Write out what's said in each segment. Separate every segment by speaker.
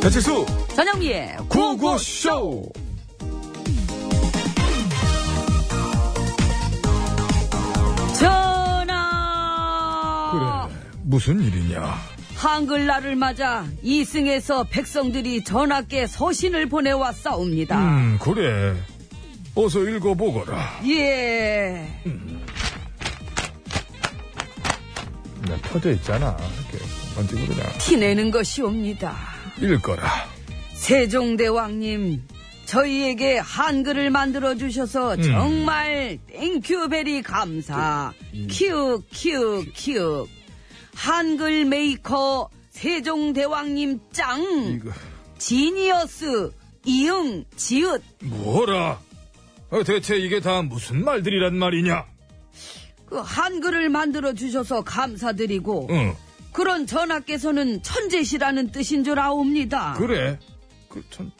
Speaker 1: 배치수
Speaker 2: 전영미의 구호구호
Speaker 1: 구구쇼
Speaker 2: 전하!
Speaker 1: 무슨 일이냐
Speaker 2: 한글날을 맞아 이승에서 백성들이 전하께 서신을 보내왔사옵니다.
Speaker 1: 음 그래 어서 읽어보거라
Speaker 2: 예.
Speaker 1: 나 터져 있잖아 이렇게 언제 그러냐
Speaker 2: 티내는 것이옵니다.
Speaker 1: 읽거라
Speaker 2: 세종대왕님, 저희에게 한글을 만들어 주셔서 정말 땡큐베리 감사. 키읔 키읔 키읔. 한글 메이커 세종대왕님 짱.
Speaker 3: 음.
Speaker 1: 이거
Speaker 2: 지니어스 이응 지읒.
Speaker 1: 뭐라 어, 대체 이게 다 무슨 말들이란 말이냐
Speaker 2: 그 한글을 만들어 주셔서 감사드리고
Speaker 3: 음.
Speaker 1: 응
Speaker 2: 그런 전하께서는 천재시라는 뜻인 줄 아옵니다.
Speaker 1: 그래 그참응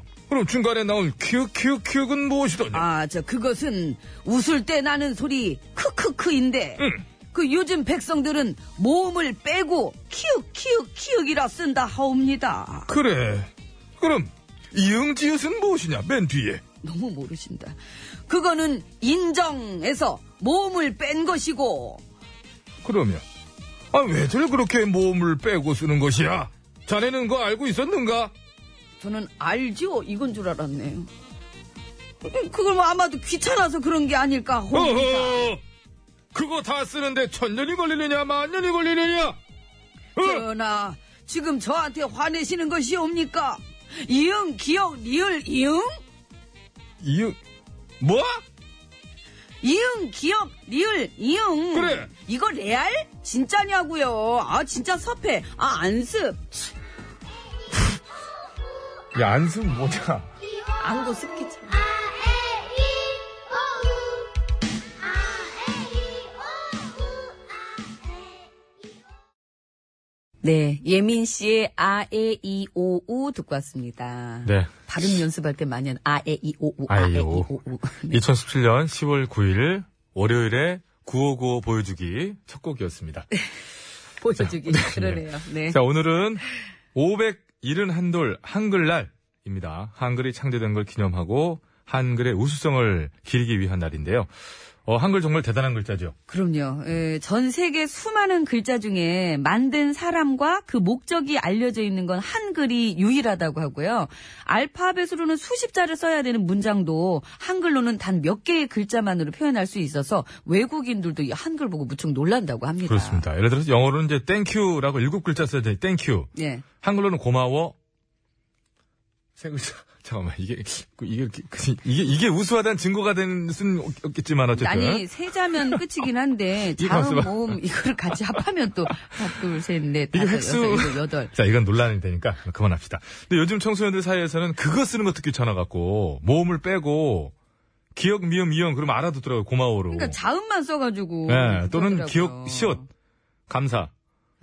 Speaker 1: 어. 그럼 중간에 나온 키읔키읔키읔은 무엇이더냐
Speaker 2: 아, 저, 그것은 웃을 때 나는 소리, 크크크인데,
Speaker 1: 음.
Speaker 2: 그 요즘 백성들은 모음을 빼고, 키읔, 키읔, 키읔이라 쓴다 하옵니다.
Speaker 1: 그래 그럼 이응지읒은 무엇이냐 맨 뒤에
Speaker 2: 너무 모르신다. 그거는 인정에서 모음을 뺀 것이고,
Speaker 1: 그러면 아 왜들 그렇게 모음을 빼고 쓰는 것이야? 자네는 그거 알고 있었는가?
Speaker 2: 저는 알지요? 이건 줄 알았네요. 그걸 뭐 아마도 귀찮아서 그런 게 아닐까 하옵니다.
Speaker 1: 어허! 그거 다 쓰는데 천 년이 걸리느냐 만 년이 걸리느냐? 어?
Speaker 2: 전하, 지금 저한테 화내시는 것이옵니까? 이응, 기억, 리을, 이응?
Speaker 1: 이응 뭐?
Speaker 2: 이응 기억 리을 이응
Speaker 1: 그래.
Speaker 2: 이거 레알 진짜냐고요 아 진짜 섭해 아 안습
Speaker 1: 야 안승 뭐냐?
Speaker 2: 안고 습기죠 네 예민 씨의 아에 이오우 듣고 왔습니다
Speaker 3: 네.
Speaker 2: 발음 연습할 때 많이 하는 아에 이오우 아에
Speaker 3: 아에이오우.
Speaker 2: 이오우 네,
Speaker 3: 2017년 10월 9일 월요일에 959 보여주기 첫 곡이었습니다.
Speaker 2: 보여주기 그러네요 네
Speaker 3: 자, 오늘은 571돌 한글날입니다. 한글이 창제된 걸 기념하고 한글의 우수성을 기리기 위한 날인데요. 어, 한글 정말 대단한 글자죠.
Speaker 2: 그럼요. 에, 전 세계 수많은 글자 중에 만든 사람과 그 목적이 알려져 있는 건 한글이 유일하다고 하고요. 알파벳으로는 수십 자를 써야 되는 문장도 한글로는 단 몇 개의 글자만으로 표현할 수 있어서 외국인들도 이 한글 보고 무척 놀란다고 합니다.
Speaker 1: 아.
Speaker 3: 그렇습니다. 예를 들어서 영어로는 이제 땡큐라고 일곱 글자 써야 되니 땡큐.
Speaker 2: 예.
Speaker 3: 한글로는 고마워. 세 글자. 잠깐만 이게 이게 이렇게- 이게 이게 우수하다는 증거가 된 수는 없- 없겠지만 어쨌든
Speaker 2: 아니 세자면 끝이긴 한데
Speaker 3: 이게
Speaker 2: 자음
Speaker 3: 가수가-
Speaker 2: 모음 이거를 같이 합하면 또 하나 둘셋넷
Speaker 3: 이게
Speaker 2: 다섯
Speaker 3: 획수.
Speaker 2: 여섯 일곱 여덟
Speaker 3: 자, 이건 논란이 되니까 그만합시다. 근데 요즘 청소년들 사이에서는 그거 쓰는 것도 귀찮아갖고, 모음을 빼고, 기억, 미음, 이응, 그러면 알아듣더라고요, 고마워로.
Speaker 2: 그러니까 자음만 써가지고
Speaker 3: 예, 또는
Speaker 2: 그러더라고요. 아.
Speaker 3: 기억, 시옷, 감사.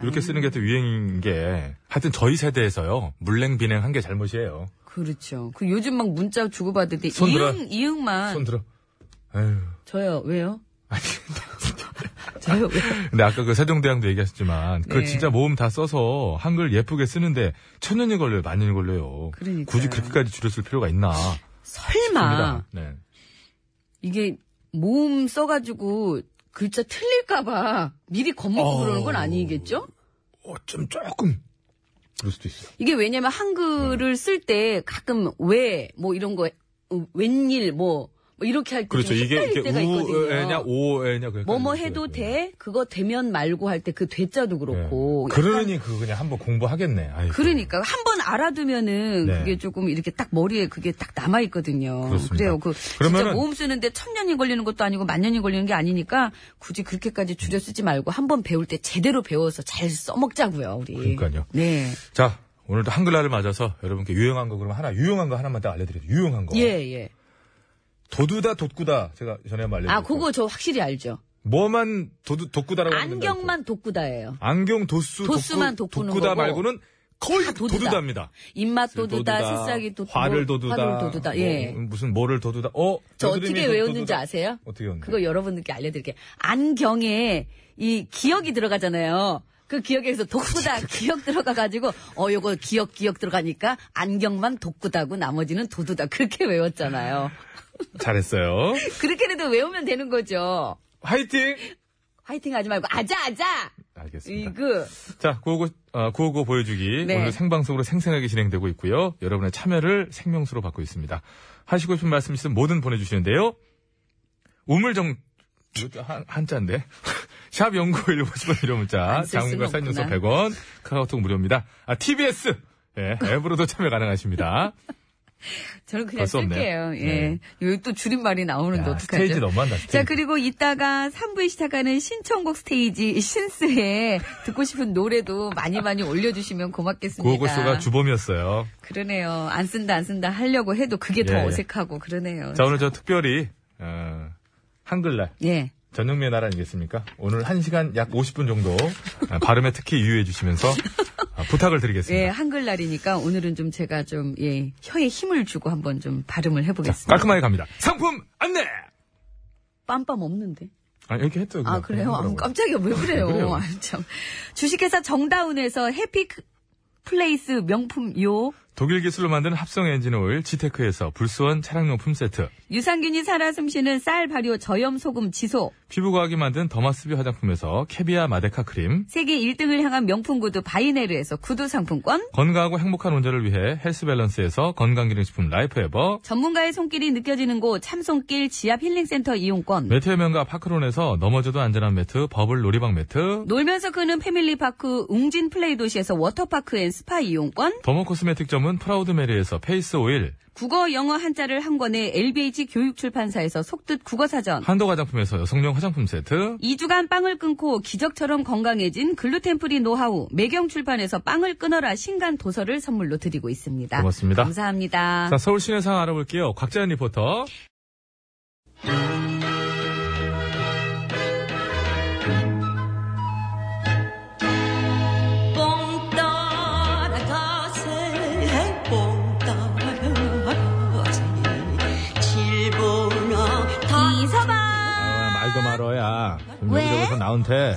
Speaker 3: 이렇게 쓰는 게 또 유행인 게, 하여튼 저희 세대에서요, 물냉, 비냉 한 게 잘못이에요.
Speaker 2: 그렇죠. 그 요즘 막 문자 주고받을 때
Speaker 3: 손 들어.
Speaker 2: 이응 이응만
Speaker 3: 손 들어. 에휴.
Speaker 2: 저요 왜요?
Speaker 3: 아니,
Speaker 2: 저요 왜요?
Speaker 3: 근데 아까 그 세종대왕도 얘기하셨지만, 그걸
Speaker 2: 네.
Speaker 3: 진짜 모음 다 써서 한글 예쁘게 쓰는데, 천 년이 걸려요, 만 년이 걸려요.
Speaker 2: 그러니까요. 아.
Speaker 3: 굳이 그렇게까지 줄였을 필요가 있나.
Speaker 2: 설마
Speaker 3: 싶습니다. 네.
Speaker 2: 이게 모음 써가지고 글자 틀릴까봐 미리 겁먹고
Speaker 1: 어.
Speaker 3: 어,
Speaker 2: 그러는 건 아니겠죠?
Speaker 1: 어쩜 조금 그럴 수도 있어요.
Speaker 2: 이게 왜냐면 한글을 쓸 때 가끔 왜 뭐 이런 거 어, 웬일 뭐, 뭐 이렇게 할때
Speaker 3: 그렇죠. 이게
Speaker 2: 헷갈릴
Speaker 3: 이렇게
Speaker 2: 때가
Speaker 3: 우에냐
Speaker 2: 있거든요.
Speaker 3: 오에냐 그러니까
Speaker 2: 뭐뭐 해도 돼? 그거 되면 말고 할 때 그 되자도 그렇고.
Speaker 3: 그러니 그 그냥 한번 공부하겠네. 아이고.
Speaker 2: 그러니까 한 번 알아두면은
Speaker 3: 네.
Speaker 2: 그게 조금 이렇게 딱 머리에 그게 딱 남아 있거든요.
Speaker 3: 그렇습니다.
Speaker 2: 래요그 진짜
Speaker 3: 그러면은-
Speaker 2: 모음 쓰는데 천 년이 걸리는 것도 아니고 만 년이 걸리는 게 아니니까 굳이 그렇게까지 줄여 쓰지 말고 한 번 배울 때 제대로 배워서 잘 써먹자고요, 우리.
Speaker 3: 그러니까요.
Speaker 2: 네.
Speaker 3: 자 오늘도 한글날을 맞아서 여러분께 유용한 거 그러면 하나 유용한 거 하나만 딱 알려드려요. 유용한 거.
Speaker 2: 예, 예.
Speaker 3: 도두다 돋구다 제가 전에 한번 알려드렸고.
Speaker 2: 아, 그거 저 확실히 알죠.
Speaker 3: 뭐만 도두 돋구다라고 하면 된다고.
Speaker 2: 안경만 돋구다예요.
Speaker 3: 안경 도수
Speaker 2: 도수만
Speaker 3: 돋구,
Speaker 2: 돋구는
Speaker 3: 돋구다
Speaker 2: 거고.
Speaker 3: 말고는 거의
Speaker 2: 다 도두다.
Speaker 3: 도두다입니다.
Speaker 2: 입맛
Speaker 3: 도두다,
Speaker 2: 돋우다, 새싹이 돋고 뭐,
Speaker 3: 화를 도두다,
Speaker 2: 화를 돋우다. 예.
Speaker 3: 뭐, 무슨 뭐를 도두다. 어,
Speaker 2: 저
Speaker 3: 여드름이
Speaker 2: 어떻게
Speaker 3: 도-
Speaker 2: 외웠는지
Speaker 3: 도두다.
Speaker 2: 아세요?
Speaker 3: 어떻게 외웠는지.
Speaker 2: 그거 여러분들께 알려드릴게요. 안경에 이 기억이 들어가잖아요. 그 기억에서 독구다 기억 들어가가지고 어 요거 기억 기억 들어가니까 안경만 독구다고 나머지는 도두다 그렇게 외웠잖아요.
Speaker 3: 잘했어요.
Speaker 2: 그렇게라도 외우면 되는 거죠.
Speaker 3: 화이팅.
Speaker 2: 화이팅 하지 말고 아자 아자
Speaker 3: 알겠습니다.
Speaker 2: 이그
Speaker 3: 자, 955, 어, 955 보여주기.
Speaker 2: 네.
Speaker 3: 오늘 생방송으로 생생하게 진행되고 있고요. 여러분의 참여를 생명수로 받고 있습니다. 하시고 싶은 말씀 있으면 뭐든 보내주시는데요. 우물정, 이거 한, 한자인데. 샵 0915 이런 문자.
Speaker 2: 안쓸 수는
Speaker 3: 장문과 사진연속
Speaker 2: 없구나.
Speaker 3: 100원. 카카오톡 무료입니다. 아, TBS! 예, 앱으로도 참여 가능하십니다.
Speaker 2: 저는 그냥
Speaker 3: 벌써 없네요.
Speaker 2: 쓸게요. 예.
Speaker 3: 네.
Speaker 2: 여기 또 줄임말이 나오는데
Speaker 3: 야,
Speaker 2: 어떡하죠?
Speaker 3: 스테이지 너무한다, 스테이지.
Speaker 2: 자, 그리고 이따가 3부에 시작하는 신청곡 스테이지 신스에 듣고 싶은 노래도 많이 많이 올려주시면 고맙겠습니다.
Speaker 3: 955가 주범이었어요.
Speaker 2: 그러네요. 안 쓴다, 안 쓴다 하려고 해도 그게
Speaker 3: 예,
Speaker 2: 더
Speaker 3: 예.
Speaker 2: 어색하고 그러네요.
Speaker 3: 자, 오늘 저 특별히, 어, 한글날.
Speaker 2: 예.
Speaker 3: 전영미의 나라 아니겠습니까? 오늘 1시간 약 50분 정도 아, 발음에 특히 유의해 주시면서 아, 부탁을
Speaker 2: 예,
Speaker 3: 드리겠습니다.
Speaker 2: 한글날이니까 오늘은 좀 제가 좀, 예, 혀에 힘을 주고 한번 좀 발음을 해보겠습니다.
Speaker 3: 깔끔하게 갑니다. 상품 안내!
Speaker 2: 빰빰 없는데.
Speaker 3: 아, 이렇게 했죠. 그냥.
Speaker 2: 아, 그래요? 아,
Speaker 3: 뭐라고요?
Speaker 2: 깜짝이야. 왜 그래요?
Speaker 3: 왜 그래요?
Speaker 2: 아, 참. 주식회사 정다운에서 해피 그 플레이스 명품 요
Speaker 3: 독일 기술로 만든 합성 엔진 오일 지테크에서 불수원 차량용품 세트.
Speaker 2: 유산균이 살아 숨쉬는 쌀 발효 저염 소금 지소
Speaker 3: 피부과학이 만든 더마스비 화장품에서 캐비아 마데카 크림.
Speaker 2: 세계 1등을 향한 명품 구두 바이네르에서 구두 상품권
Speaker 3: 건강하고 행복한 온전을 위해 헬스 밸런스에서 건강기능식품 라이프 에버.
Speaker 2: 전문가의 손길이 느껴지는 곳 참손길 지압 힐링센터 이용권
Speaker 3: 매트의 명가 파크론에서 넘어져도 안전한 매트, 버블 놀이방 매트.
Speaker 2: 놀면서 크는 패밀리파크 웅진 플레이 도시에서 워터파크 앤 스파 이용권
Speaker 3: 더모 코스메틱점은 프라우드 메리에서 페이스 오일.
Speaker 2: 국어 영어 한자를 한 권에 LBH 교육출판사에서 속뜻 국어사전
Speaker 3: 한도 화장품에서 여성용 화장품 세트,
Speaker 2: 2주간 빵을 끊고 기적처럼 건강해진 글루텐프리 노하우 매경출판에서 빵을 끊어라 신간 도서를 선물로 드리고 있습니다.
Speaker 3: 고맙습니다.
Speaker 2: 감사합니다.
Speaker 3: 자, 서울 시내 상황 알아볼게요. 곽재현 리포터.
Speaker 4: 뽕 따라가세 뽕 따라가세 칠보나
Speaker 2: 이서방
Speaker 3: 아, 말도 말어야.
Speaker 2: 왜? 여기저기서
Speaker 3: 나한테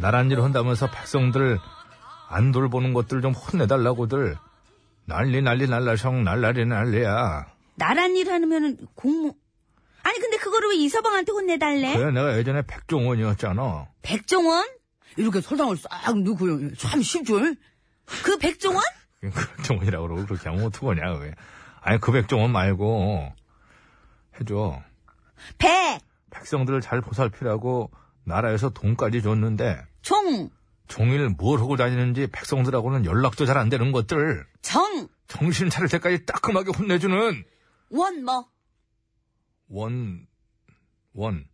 Speaker 3: 나란 일 한다면서 백성들 안 돌보는 것들 좀 혼내달라고들 난리 난리 날라성 날라리 난리야.
Speaker 2: 나란 일 하면은 공무 뭐- 아니 근데 그거를 왜 이서방한테 혼내달래?
Speaker 3: 내가 예전에 백종원이었잖아.
Speaker 2: 백종원? 이렇게 설탕을 싹 넣고요. 참 쉽죠? 그 백종원?
Speaker 3: 백종원이라고 그러고 그렇게 하면 어떡하냐 왜? 아니 그 백종원 말고 해줘. 백성들을 잘 보살피라고 나라에서 돈까지 줬는데
Speaker 2: 백종
Speaker 3: 종일 뭘 하고 다니는지 백성들하고는 연락도 잘 안 되는 것들
Speaker 2: 정
Speaker 3: 정신 차릴 때까지 따끔하게 혼내주는
Speaker 2: 원뭐
Speaker 3: 원, 원.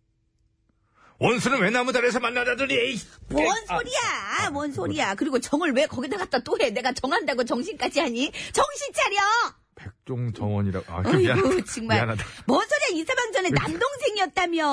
Speaker 3: 원수는 왜 나무다리에서 만나다더니 에이,
Speaker 2: 뭔
Speaker 3: 에이, 아,
Speaker 2: 소리야? 뭔 소리야? 그리고 정을 왜 거기다 갖다 또 해? 내가 정한다고 정신까지 하니? 정신 차려!
Speaker 3: 백종 정원이라고 아, 그
Speaker 2: 어이구
Speaker 3: 미안하다
Speaker 2: 정말
Speaker 3: 미안하다
Speaker 2: 뭔 소리야? 이사방 전에
Speaker 3: 그럼
Speaker 2: 남동생이었다며.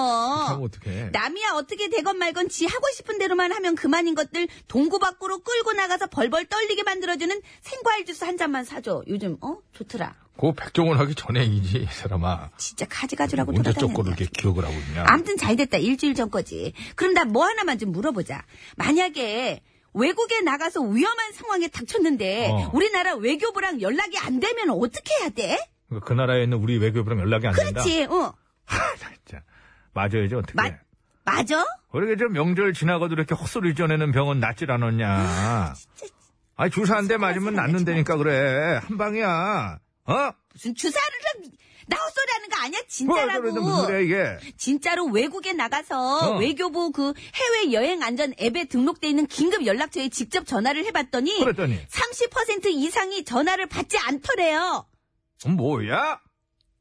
Speaker 3: 어떡해
Speaker 2: 남이야 어떻게 되건 말건 지 하고 싶은 대로만 하면 그만인 것들 동구 밖으로 끌고 나가서 벌벌 떨리게 만들어주는 생과일 주스 한 잔만 사줘. 요즘 어 좋더라.
Speaker 3: 그 백종원 하기 전에 이지 이 사람아
Speaker 2: 진짜 가지가지라고
Speaker 3: 언제 쪼꼬를
Speaker 2: 돌아다녔냐.
Speaker 3: 이렇게 기억을 하고 있냐
Speaker 2: 아무튼 잘 됐다. 일주일 전 거지. 그럼 나 뭐 하나만 좀 물어보자. 만약에 외국에 나가서 위험한 상황에 닥쳤는데
Speaker 3: 어.
Speaker 2: 우리나라 외교부랑 연락이 안 되면 어떻게 해야 돼?
Speaker 3: 그러니까 그 나라에 있는 우리 외교부랑 연락이 안 된다
Speaker 2: 그렇지. 어.
Speaker 3: 진짜 맞아야지 어떻게
Speaker 2: 맞 맞아?
Speaker 3: 그러게 저 명절 지나고도 이렇게 헛소리 전에는 병원 낫질 않았냐.
Speaker 5: 아니, 주사 한 대 맞으면 낫는다니까 그래. 한 방이야. 어?
Speaker 2: 무슨 주사를 나- 나 헛소리하는 거 아니야
Speaker 5: 뭐야, 그래, 무슨 소리야,
Speaker 2: 진짜라고.
Speaker 5: 이게.
Speaker 2: 진짜로 외국에 나가서
Speaker 5: 어.
Speaker 2: 외교부 그 해외 여행 안전 앱에 등록돼 있는 긴급 연락처에 직접 전화를 해봤더니
Speaker 3: 그렇죠.
Speaker 5: 그랬더니.
Speaker 2: 30% 이상이 전화를 받지 않더래요.
Speaker 5: 어, 뭐야?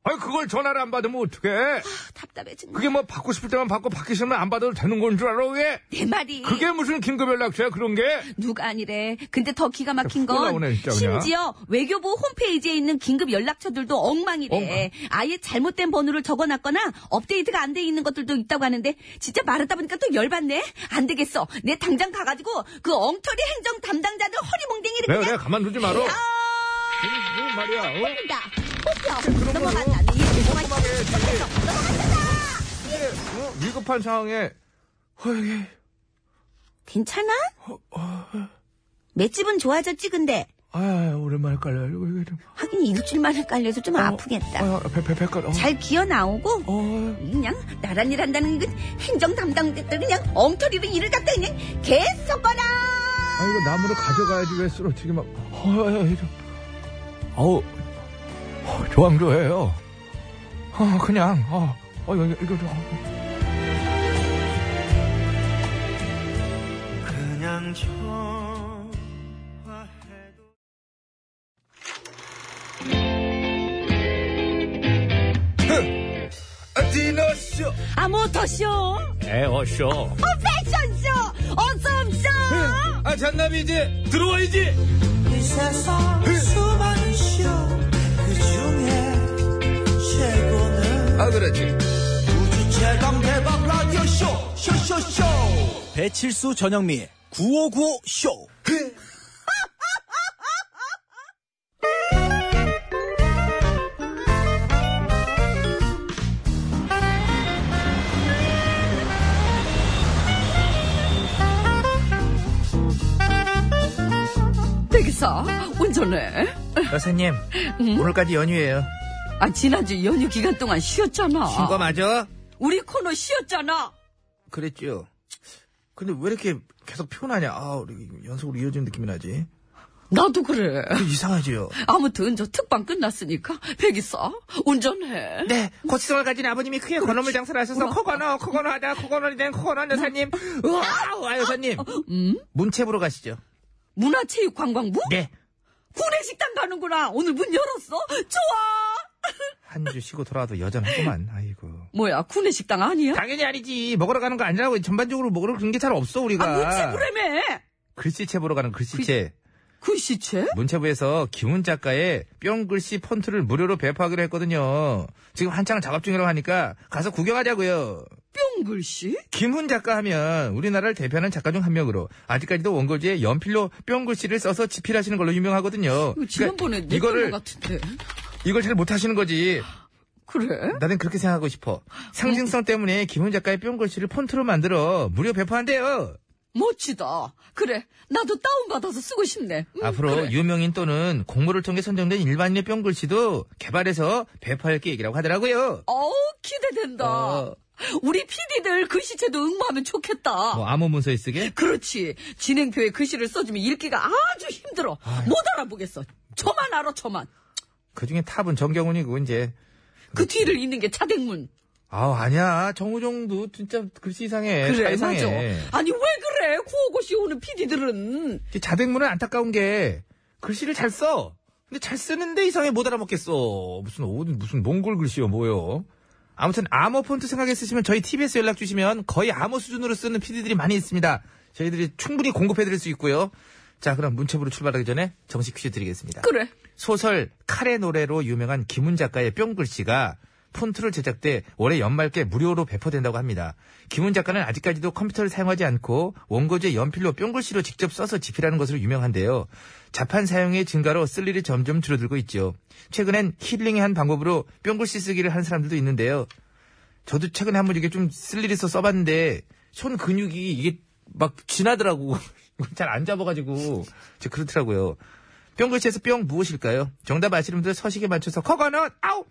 Speaker 5: 아니, 그걸 전화를 안 받으면 어떡해?
Speaker 2: 아, 답답해 정말.
Speaker 5: 그게 뭐 받고 싶을 때만 받고 받기 싫으면 안 받아도 되는 건 줄 알아, 왜?
Speaker 2: 내 말이
Speaker 5: 그게 무슨 긴급 연락처야, 그런 게?
Speaker 2: 누가 아니래. 근데 더 기가 막힌
Speaker 5: 훅
Speaker 2: 건
Speaker 5: 올라오네, 진짜 그냥.
Speaker 2: 심지어 외교부 홈페이지에 있는 긴급 연락처들도 엉망이래.
Speaker 5: 엉망.
Speaker 2: 아예 잘못된 번호를 적어놨거나 업데이트가 안 돼 있는 것들도 있다고 하는데 진짜 말하다 보니까 또 열받네. 안 되겠어. 내 당장 가가지고 그 엉터리 행정 담당자들 허리몽댕이를
Speaker 5: 내가,
Speaker 2: 그냥
Speaker 5: 내가 가만두지 마라.
Speaker 2: 아,
Speaker 5: 무슨 말이야, 어?
Speaker 2: 다 뽑혀 넘어간다. 네, 이동안 뽑혀서 넘어간다.
Speaker 6: 위급한 상황에
Speaker 5: 어,
Speaker 6: 허이
Speaker 2: 괜찮아?
Speaker 5: 어.
Speaker 2: 맷집은 좋아졌지 근데
Speaker 6: 아 오랜만에 깔려 이거 이거
Speaker 5: 어,
Speaker 6: 좀
Speaker 2: 하긴 일주일 만에 깔려서 좀 아프겠다.
Speaker 6: 아, 배배배깔 어.
Speaker 2: 잘 기어 나오고
Speaker 6: 어.
Speaker 2: 그냥 나란 일 한다는 건 행정 담당자들 그냥 엉터리로 일을 갖다 그냥 계속 거라
Speaker 6: 아 이거 나무로 가져가야지 왜 쓰러지게 막 어, 허이 좀
Speaker 5: 어우, 어, 조항조해요.
Speaker 6: 어, 그냥 어, 어 이거 이거 좀 어.
Speaker 7: 그냥 좋아해도
Speaker 5: 디너쇼!
Speaker 2: 아 모터쇼 어,
Speaker 5: 에어쇼.
Speaker 2: 패션쇼 어썸쇼
Speaker 5: 아, 잔남이 이제 들어와야지!
Speaker 7: 이 세상 수많은 쇼그 중에 최고는
Speaker 5: 아, 그렇지.
Speaker 7: 우주 최강 대박 라디오 쇼 쇼쇼쇼 배칠수 전영미 9595 쇼.
Speaker 2: 대기사 운전해
Speaker 3: 여사님, 오늘까지 연휴예요.
Speaker 2: 아 지난주 연휴 기간 동안 쉬었잖아
Speaker 3: 그거 맞아?
Speaker 2: 우리 코너 쉬었잖아
Speaker 3: 그랬죠. 근데 왜 이렇게 계속 피곤하냐? 아, 우리 연속으로 이어지는 느낌이 나지.
Speaker 2: 나도 그래
Speaker 3: 그 이상하지요.
Speaker 2: 아무튼 저 특방 끝났으니까 백이사 운전해
Speaker 3: 네, 고치성을 가진 아버님이 크게 건어물 장사를 하셔서 코건어, 코건어하다, 코건어리 된 코건어 여사님. 어, 우와, 여사님. 문체부로 가시죠.
Speaker 2: 문화체육관광부
Speaker 3: 음? 네.
Speaker 2: 구내식당 가는구나 오늘 문 열었어 좋아
Speaker 3: 한 주 쉬고 돌아와도 여전하구만. 아이고.
Speaker 2: 뭐야 구내식당 아니야?
Speaker 3: 당연히 아니지. 먹으러 가는 거 아니라고. 전반적으로 먹으러 가는 게 잘 없어, 우리가.
Speaker 2: 아, 문체부라며!
Speaker 3: 글씨체 보러 가는 글씨체.
Speaker 2: 글씨체?
Speaker 3: 문체부에서 김훈 작가의 뿅 글씨 폰트를 무료로 배포하기로 했거든요. 지금 한창 작업 중이라고 하니까 가서 구경하자고요.
Speaker 2: 뿅 글씨? 그
Speaker 3: 김훈 작가 하면 우리나라를 대표하는 작가 중 한 명으로 아직까지도 원고지에 연필로 뿅 글씨를 써서 집필하시는 걸로 유명하거든요.
Speaker 2: 이거 지난번에
Speaker 3: 그러니까
Speaker 2: 내
Speaker 3: 이거를
Speaker 2: 거를 같은데.
Speaker 3: 이걸 잘 못하시는 거지.
Speaker 2: 그래?
Speaker 3: 나는 그렇게 생각하고 싶어. 상징성 때문에 김훈 작가의 뿅 글씨를 폰트로 만들어 무료 배포한대요.
Speaker 2: 멋지다. 그래. 나도 다운받아서 쓰고 싶네. 음,
Speaker 3: 앞으로
Speaker 2: 그래.
Speaker 3: 유명인 또는 공모를 통해 선정된 일반인의 뿅 글씨도 개발해서 배포할 계획이라고 하더라고요.
Speaker 2: 어우, 기대된다.
Speaker 3: 어.
Speaker 2: 우리 PD들 글씨체도 응모하면 좋겠다.
Speaker 3: 뭐 암호 문서에 쓰게?
Speaker 2: 그렇지. 진행표에 글씨를 써주면 읽기가 아주 힘들어. 못 알아보겠어. 저만 알아, 저만.
Speaker 3: 그 중에 탑은 정경훈이고 이제
Speaker 2: 그 뒤를 잇는 게 차댕문.
Speaker 3: 아 아니야 정우정도 진짜 글씨 이상해. 다
Speaker 2: 그래,
Speaker 3: 이상해.
Speaker 2: 맞아. 아니, 왜 그래? 구호고시 오는 PD들은.
Speaker 3: 이 자백문은 안타까운 게 글씨를 잘 써. 근데 잘 쓰는데 이상해 못 알아먹겠어. 무슨 어디 무슨 몽골 글씨요 뭐요. 아무튼 암호 폰트 생각에 쓰시면 저희 TBS 연락 주시면 거의 암호 수준으로 쓰는 PD들이 많이 있습니다. 저희들이 충분히 공급해드릴 수 있고요. 자 그럼 문체부로 출발하기 전에 정식 퀴즈 드리겠습니다.
Speaker 2: 그래.
Speaker 3: 소설 칼의 노래로 유명한 김훈 작가의 뿅글씨가 폰트를 제작 때 올해 연말께 무료로 배포된다고 합니다. 김훈 작가는 아직까지도 컴퓨터를 사용하지 않고 원고지에 연필로 뿅글씨로 직접 써서 집필하는 것으로 유명한데요. 자판 사용의 증가로 쓸 일이 점점 줄어들고 있죠. 최근엔 힐링의 한 방법으로 뿅글씨 쓰기를 한 사람들도 있는데요. 저도 최근에 한번 이게 좀 쓸 일이 있어 써봤는데 손 근육이 이게 막 지나더라고. 잘 안 잡아가지고. 저 그렇더라고요. 뿅 글씨에서 뿅 무엇일까요? 정답 아시는 분들 서식에 맞춰서 커거넛 아우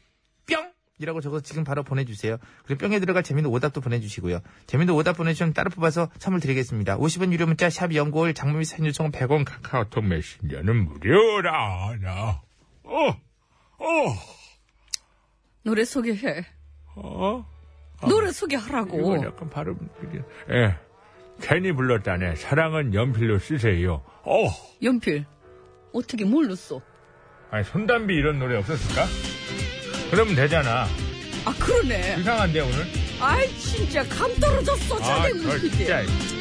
Speaker 3: 뿅
Speaker 8: 이라고 적어서 지금 바로 보내주세요. 그리고 뿅에 들어갈 재밌는 오답도 보내주시고요. 재밌는 오답 보내주시면 따로 뽑아서 선물 드리겠습니다. 50원 유료 문자 샵 연골 장모비 사진 요청은 100원 카카오톡 메신저는 무료라. 나.
Speaker 1: 어, 어,
Speaker 2: 노래 소개해.
Speaker 1: 어.
Speaker 2: 노래 소개하라고.
Speaker 1: 이건 약간 발음. 예. 괜히 불렀다네. 사랑은 연필로 쓰세요. 어.
Speaker 2: 연필. 어떻게 뭘로 써?
Speaker 1: 아니, 손담비 이런 노래 없었을까? 그러면 되잖아.
Speaker 2: 아, 그러네.
Speaker 1: 이상한데, 오늘?
Speaker 2: 아이, 진짜 감
Speaker 3: 아,
Speaker 2: 떨어졌어. 자네
Speaker 1: 저
Speaker 2: 웃기게.
Speaker 1: 아, 진짜.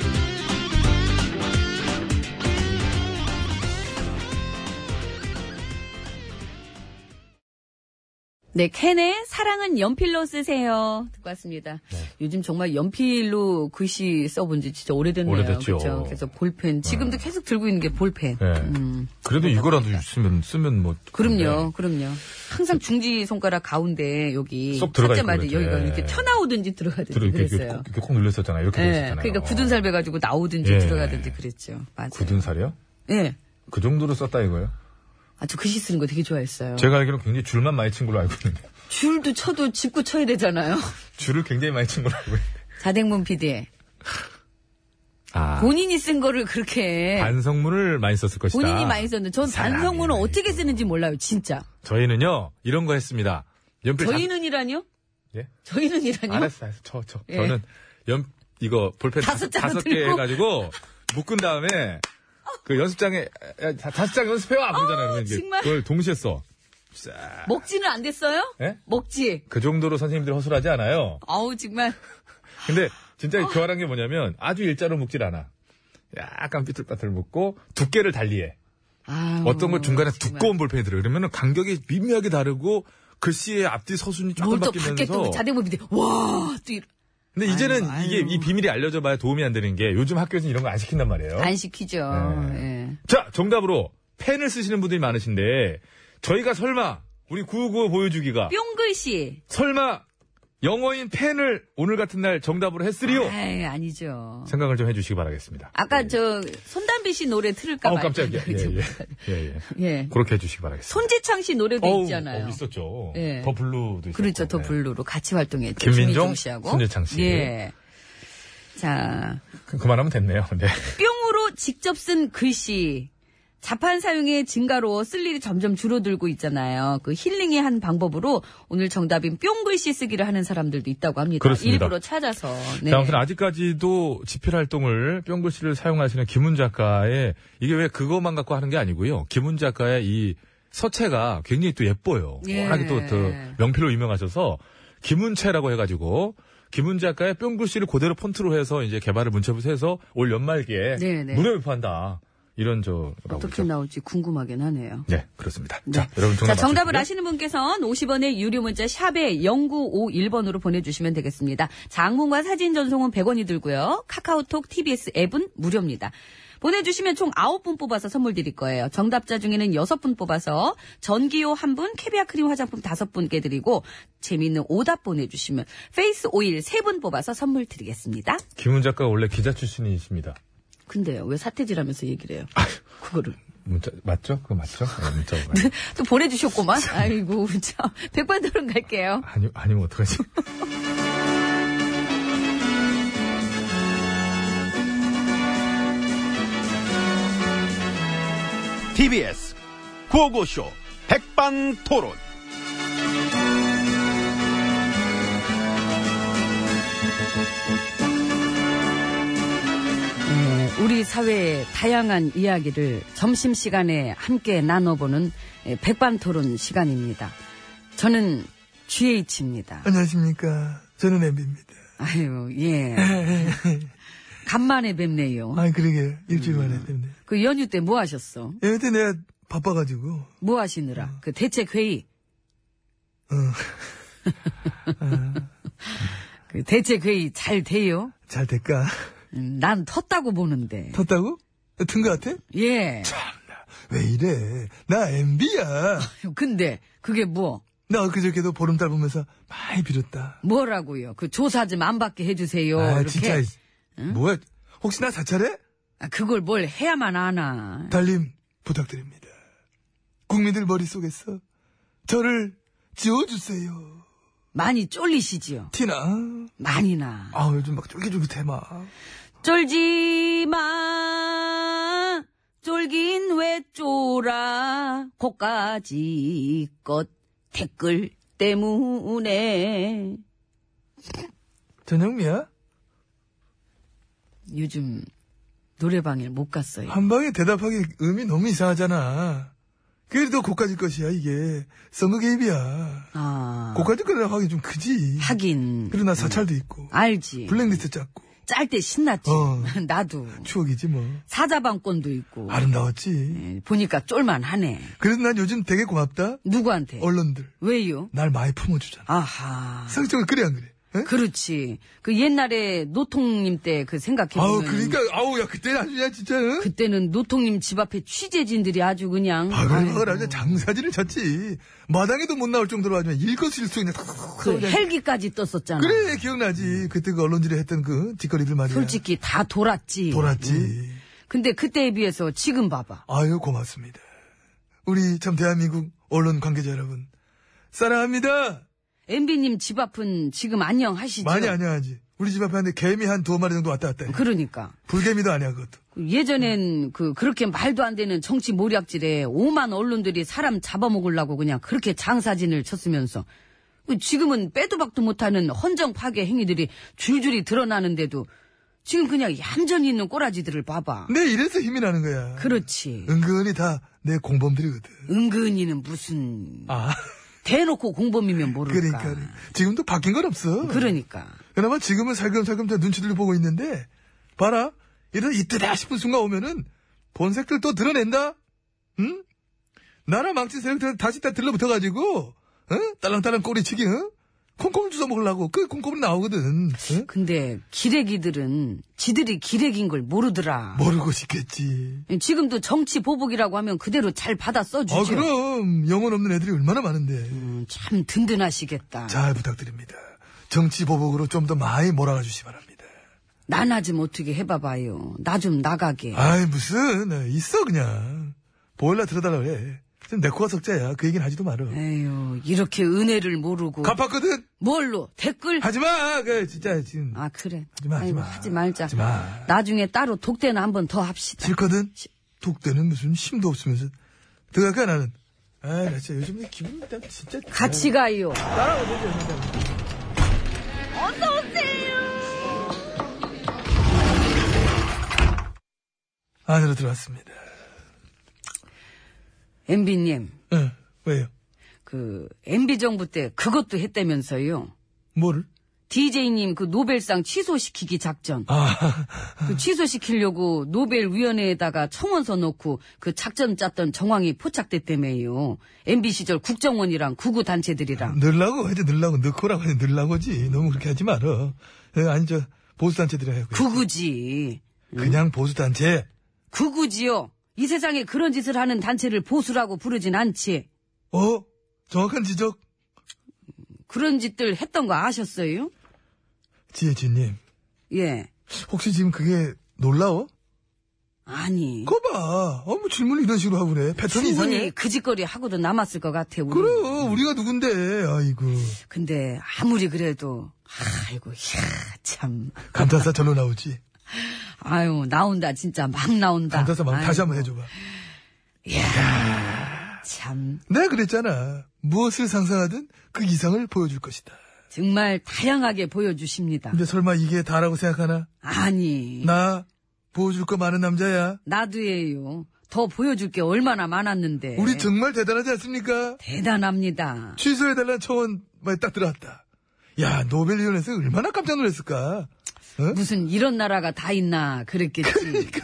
Speaker 2: 네, 캔의 사랑은 연필로 쓰세요. 듣고 왔습니다. 요즘 정말 연필로 글씨 써본 지 진짜 오래됐네요.
Speaker 3: 오래됐죠.
Speaker 2: 그렇죠? 그래서 볼펜. 지금도 계속 들고 있는 게 볼펜.
Speaker 3: 네.
Speaker 2: 음,
Speaker 3: 그래도 이거라도 쓰면, 쓰면 뭐.
Speaker 2: 그럼요, 그럼요. 항상 중지 손가락 가운데 여기
Speaker 3: 쏙 들어가
Speaker 2: 첫째 마디
Speaker 3: 있고 그렇죠.
Speaker 2: 여기가
Speaker 3: 예.
Speaker 2: 이렇게 튀어나오든지 들어가든지
Speaker 3: 네. 들어, 이렇게, 이렇게,
Speaker 2: 그랬어요.
Speaker 3: 콕, 이렇게 콕 눌렸었잖아요. 이렇게
Speaker 2: 예,
Speaker 3: 되었잖아요.
Speaker 2: 그러니까 굳은 살 배가지고 나오든지
Speaker 3: 예.
Speaker 2: 들어가든지 그랬죠. 맞아요.
Speaker 3: 굳은 살이요?
Speaker 2: 예.
Speaker 3: 그 정도로 썼다 이거예요?
Speaker 2: 아, 저 글씨 쓰는 거 되게 좋아했어요.
Speaker 3: 제가 알기로는 굉장히 줄만 많이 친 걸로 알고 있는데.
Speaker 2: 줄도 쳐도 짚고 쳐야 되잖아요.
Speaker 3: 줄을 굉장히 많이 친 걸로 알고 있는데.
Speaker 2: 자댕문 PD.
Speaker 3: 아.
Speaker 2: 본인이 쓴 거를 그렇게.
Speaker 3: 반성문을 많이 썼을 것이다.
Speaker 2: 본인이 많이 썼는데 전
Speaker 3: 사람이
Speaker 2: 반성문을
Speaker 3: 많이
Speaker 2: 어떻게 쓰는지 몰라요 진짜
Speaker 3: 저희는요, 이런 거 했습니다. 연필 잡-
Speaker 2: 저희는이라뇨?
Speaker 3: 예?
Speaker 2: 저희는이라뇨?
Speaker 3: 알았어, 알았어. 저, 저.
Speaker 2: 예.
Speaker 3: 저는 연, 이거 볼펜
Speaker 2: 다섯
Speaker 3: 다섯,
Speaker 2: 장을
Speaker 3: 다섯 개
Speaker 2: 들고.
Speaker 3: 해가지고 묶은 다음에 그 연습장에, 에, 에, 다- 다섯 장 연습해와! 그러잖아요. 그러면 이제
Speaker 2: 정말.
Speaker 3: 그걸 동시에 써.
Speaker 2: 먹지는 안 됐어요?
Speaker 3: 예?
Speaker 2: 먹지
Speaker 3: 그 정도로 선생님들이 허술하지 않아요.
Speaker 2: 아우 정말
Speaker 3: 근데 진짜
Speaker 2: 아.
Speaker 3: 교활한 게 뭐냐면 아주 일자로 묶질 않아. 약간 삐뚤빠뚤 묶고 두께를 달리해.
Speaker 2: 아우,
Speaker 3: 어떤 걸 중간에
Speaker 2: 정말.
Speaker 3: 두꺼운 볼펜이 들어요. 그러면은 간격이 미묘하게 다르고 글씨의 앞뒤 서순이 조금
Speaker 2: 뭘또 아, 밖에 또
Speaker 3: 바뀌면서
Speaker 2: 자대모비대 와또
Speaker 3: 근데 이제는
Speaker 2: 아유,
Speaker 3: 이게
Speaker 2: 아유.
Speaker 3: 이 비밀이 알려져 봐야 도움이 안 되는 게 요즘 학교에서는 이런 거 안 시킨단 말이에요.
Speaker 2: 안 시키죠 예.
Speaker 3: 자, 정답으로 펜을 쓰시는 분들이 많으신데 저희가 설마 우리 999 보여주기가
Speaker 2: 예. 뿅글씨
Speaker 3: 설마 영어인 펜을 오늘 같은 날 정답으로 했으리요.
Speaker 2: 아이 아니죠
Speaker 3: 생각을 좀 해주시기 바라겠습니다.
Speaker 2: 아까 저 손담비 씨 노래 틀을까
Speaker 3: 아우
Speaker 2: 말까
Speaker 3: 네. 깜짝이야. 예, 예. 예, 예.
Speaker 2: 예.
Speaker 3: 그렇게 해주시기 바라겠습니다.
Speaker 2: 손지창 씨 노래도
Speaker 3: 어우,
Speaker 2: 있잖아요
Speaker 3: 어, 있었죠.
Speaker 2: 예.
Speaker 3: 더 블루도 있었고.
Speaker 2: 그렇죠. 더
Speaker 3: 네.
Speaker 2: 블루로 같이 활동했죠.
Speaker 3: 김민종,
Speaker 2: 김민종 씨하고.
Speaker 3: 손예창 씨.
Speaker 2: 예. 자,
Speaker 3: 그- 그만하면 됐네요. 네.
Speaker 2: 뿅으로 직접 쓴 글씨. 자판 사용의 증가로 쓸 일이 점점 줄어들고 있잖아요. 그 힐링의 한 방법으로 오늘 정답인 뿅 글씨 쓰기를 하는 사람들도 있다고 합니다.
Speaker 3: 그렇습니다.
Speaker 2: 일부러 찾아서. 네.
Speaker 3: 자, 아무튼 아직까지도 지필 활동을 뿅글씨를 사용하시는 김훈 작가의 이게 왜 그것만 갖고 하는 게 아니고요. 김훈 작가의 이 서체가 굉장히 또 예뻐요.
Speaker 2: 예.
Speaker 3: 워낙에 또, 또 명필로 유명하셔서 김훈체라고 해가지고 김훈 작가의 뿅글씨를 그대로 폰트로 해서 이제 개발을 문체부에서 해서 올 연말기에
Speaker 2: 네, 네.
Speaker 3: 무료 배포한다. 이런 저
Speaker 2: 어떻게 나올지 궁금하긴 하네요.
Speaker 3: 네, 그렇습니다.
Speaker 2: 네.
Speaker 3: 자, 여러분 정답
Speaker 2: 자, 정답을
Speaker 3: 맞춰주시고요.
Speaker 2: 아시는 분께서는 50원의 유료 문자 샵에 0951번으로 보내주시면 되겠습니다. 장문과 사진 전송은 100원이 들고요. 카카오톡, TBS 앱은 무료입니다. 보내주시면 총 9분 뽑아서 선물 드릴 거예요. 정답자 중에는 6분 뽑아서 전기요 1분, 캐비아 크림 화장품 5분께 드리고 재미있는 오답 보내주시면 페이스 오일 3분 뽑아서 선물 드리겠습니다.
Speaker 3: 김훈 작가가 원래 기자 출신이십니다.
Speaker 2: 근데 왜 사태질하면서 얘기를 해요? 그거를.
Speaker 3: 문자 맞죠? 그거 맞죠? 네, 문자 오고.
Speaker 2: 또 보내주셨구만. 아이고, 참. 백반토론 갈게요.
Speaker 3: 아니 아니면 어떡하지?
Speaker 9: TBS 구호고쇼 백반토론
Speaker 2: 네, 우리 사회의 다양한 이야기를 점심시간에 함께 나눠보는 예, 백반토론 시간입니다. 저는 GH입니다.
Speaker 10: 안녕하십니까. 저는 엠비입니다.
Speaker 2: 아유, 예. 간만에 뵙네요.
Speaker 10: 아, 그러게. 일주일 만에 때문에.
Speaker 2: 그 연휴 때 뭐 하셨어?
Speaker 10: 얘때 내가 바빠가지고, 어,
Speaker 2: 뭐 하시느라? 그 대책회의.
Speaker 10: 아.
Speaker 2: 그 대책회의 잘 돼요?
Speaker 10: 잘 될까?
Speaker 2: 음, 난 텄다고 보는데.
Speaker 10: 텄다고? 튼것 같아?
Speaker 2: 예.
Speaker 10: 왜 이래. 나 엠비야.
Speaker 2: 근데 그게 뭐?
Speaker 10: 나 엊그저께도 보름달 보면서 많이 빌었다.
Speaker 2: 뭐라고요? 그 조사 좀 안 받게 해주세요.
Speaker 10: 아,
Speaker 2: 이렇게.
Speaker 10: 진짜. 뭐야. 혹시 나 자찰해?
Speaker 2: 아, 그걸 뭘 해야만 하나.
Speaker 10: 달님, 부탁드립니다. 국민들 머릿속에서 저를 지워주세요.
Speaker 2: 많이 쫄리시지요?
Speaker 10: 티나.
Speaker 2: 많이나.
Speaker 10: 아, 요즘 막 쫄깃쫄깃해, 막.
Speaker 2: 쫄지 마. 쫄긴 왜 쫄아. 고까지 것 댓글 때문에.
Speaker 10: 전영미야?
Speaker 2: 요즘 노래방에 못 갔어요.
Speaker 10: 한 방에 대답하기 음이 너무 이상하잖아. 그래도 고까지 것이야, 이게. 선거 개입이야.
Speaker 2: 아.
Speaker 10: 고까지 거라 하기 좀 크지.
Speaker 2: 하긴.
Speaker 10: 그리고 나 사찰도 있고.
Speaker 2: 알지.
Speaker 10: 블랙리스트 짰고.
Speaker 2: 짤 때 신났지.
Speaker 10: 어.
Speaker 2: 나도.
Speaker 10: 추억이지, 뭐.
Speaker 2: 사자방권도 있고.
Speaker 10: 아름다웠지.
Speaker 2: 예, 보니까 쫄만하네.
Speaker 10: 그래서 난 요즘 되게 고맙다.
Speaker 2: 누구한테?
Speaker 10: 언론들.
Speaker 2: 왜요?
Speaker 10: 날 많이 품어주잖아.
Speaker 2: 아하.
Speaker 10: 상처가 그래, 안 그래? 에?
Speaker 2: 그렇지. 그 옛날에 노통님 때 그
Speaker 10: 아우,
Speaker 2: 생각해보면.
Speaker 10: 그러니까, 아우, 야, 그때 아주, 야, 진짜. 응?
Speaker 2: 그때는 노통님 집 앞에 취재진들이 아주 그냥.
Speaker 10: 바글바글
Speaker 2: 아이고,
Speaker 10: 아주 장사진을 쳤지. 마당에도 못 나올 정도로 아주 일거수일투 그냥 탁
Speaker 2: 그
Speaker 10: 그냥.
Speaker 2: 헬기까지 떴었잖아.
Speaker 10: 그래, 기억나지. 그때 그 언론들이 했던 그 뒷거리들
Speaker 2: 음.
Speaker 10: 말이야.
Speaker 2: 솔직히 음. 다 돌았지.
Speaker 10: 돌았지.
Speaker 2: 근데 그때에 비해서 지금 봐봐.
Speaker 10: 아유, 고맙습니다. 우리 참 대한민국 언론 관계자 여러분. 사랑합니다.
Speaker 2: MB님 집 앞은 지금 안녕하시죠?
Speaker 10: 많이 안녕하지. 우리 집 앞에 한데 개미 한 두 마리 정도 왔다 갔다 해.
Speaker 2: 그러니까.
Speaker 10: 불개미도 아니야, 그것도.
Speaker 2: 예전엔 그 그렇게 말도 안 되는 정치 모략질에 오만 언론들이 사람 잡아먹으려고 그냥 그렇게 장사진을 쳤으면서 그 지금은 빼도 박도 못하는 헌정 파괴 행위들이 줄줄이 드러나는데도 지금 그냥 얌전히 있는 꼬라지들을 봐봐.
Speaker 10: 내 이래서 힘이 나는 거야.
Speaker 2: 그렇지.
Speaker 10: 음. 은근히 다 내 공범들이거든.
Speaker 2: 은근히는 무슨
Speaker 10: 아,
Speaker 2: 대놓고 공범이면 모를까.
Speaker 10: 그러니까. 지금도 바뀐 건 없어.
Speaker 2: 그러니까.
Speaker 10: 그나마 지금은 살금살금 다 눈치를 보고 있는데, 봐라. 이런 이때다 싶은 순간 오면은, 본색들 또 드러낸다? 응? 나라 망치 세력들 다시 다 들러붙어가지고, 응? 딸랑딸랑 꼬리치기, 응? 콩콩 주워 먹으려고, 그 콩콩이 나오거든. 응?
Speaker 2: 근데 기레기들은 지들이 기레기인 걸 모르더라.
Speaker 10: 모르고 싶겠지.
Speaker 2: 지금도 정치 보복이라고 하면 그대로 잘 받아 써주죠.
Speaker 10: 아, 그럼. 영혼 없는 애들이 얼마나 많은데.
Speaker 2: 음, 참 든든하시겠다.
Speaker 10: 잘 부탁드립니다. 정치 보복으로 좀 더 많이 몰아가 주시 바랍니다.
Speaker 2: 나나 좀 어떻게 해봐봐요. 나 좀 나가게.
Speaker 10: 아이, 무슨, 있어, 그냥. 보일러 들어달라 그래. 지금 내 코가 석자야. 그 얘기는 하지도 말어.
Speaker 2: 에휴, 이렇게 은혜를 모르고.
Speaker 10: 갚았거든?
Speaker 2: 뭘로? 댓글?
Speaker 10: 하지 마! 그, 진짜, 지금.
Speaker 2: 아, 그래.
Speaker 10: 하지 마, 하지
Speaker 2: 아이고,
Speaker 10: 마.
Speaker 2: 하지 말자.
Speaker 10: 하지 마.
Speaker 2: 나중에 따로 독대는 한 번 더 합시다.
Speaker 10: 싫거든? 독대는 무슨 힘도 없으면서. 들어갈까, 나는? 아, 나 진짜 요즘 내 기분이 딱 진짜.
Speaker 2: 같이 가요.
Speaker 10: 안으로 들어왔습니다.
Speaker 2: MB님,
Speaker 10: 응, 왜요?
Speaker 2: 그, MB 정부 때 그것도 했다면서요.
Speaker 10: 뭐를?
Speaker 2: DJ님 그 노벨상 취소시키기 작전.
Speaker 10: 아,
Speaker 2: 그 취소시키려고 노벨위원회에다가 청원서 넣고 그 작전 짰던 정황이 포착됐다며요. MB 시절 국정원이랑 구구단체들이랑.
Speaker 10: 늘라고 하지, 늘라고. 넣고라고 하지, 늘라고지. 너무 그렇게 하지 말어. 예, 아니, 저, 보수단체들이 하고.
Speaker 2: 구구지.
Speaker 10: 그냥 보수단체.
Speaker 2: 구구지요. 이 세상에 그런 짓을 하는 단체를 보수라고 부르진 않지.
Speaker 10: 어? 정확한 지적?
Speaker 2: 그런 짓들 했던 거 아셨어요?
Speaker 10: 지혜진님.
Speaker 2: 예.
Speaker 10: 혹시 지금 그게 놀라워?
Speaker 2: 아니.
Speaker 10: 그거 봐. 어, 뭐 질문을 이런 식으로 하고 그래. 패턴이
Speaker 2: 충분히
Speaker 10: 이상해.
Speaker 2: 그 짓거리 하고도 남았을 것 같아, 우리.
Speaker 10: 그럼, 우리가 누군데. 아이고.
Speaker 2: 근데 아무리 그래도, 아이고, 이야, 참.
Speaker 10: 감탄사 절로 나오지.
Speaker 2: 아유, 나온다, 진짜. 막 나온다.
Speaker 10: 감탄사 막 다시
Speaker 2: 아이고,
Speaker 10: 한번 해줘봐.
Speaker 2: 참.
Speaker 10: 내가 그랬잖아. 무엇을 상상하든 그 이상을 보여줄 것이다.
Speaker 2: 정말 다양하게 보여주십니다.
Speaker 10: 근데 설마 이게 다라고 생각하나?
Speaker 2: 아니.
Speaker 10: 나, 보여줄 거 많은 남자야.
Speaker 2: 네. 나도예요. 더 보여줄 게 얼마나 많았는데.
Speaker 10: 우리 정말 대단하지 않습니까?
Speaker 2: 대단합니다.
Speaker 10: 취소해달라는 청원 많이 딱 들어왔다. 야, 노벨위원회에서 얼마나 깜짝 놀랐을까? 어?
Speaker 2: 무슨 이런 나라가 다 있나 그랬겠지.
Speaker 10: 그러니까.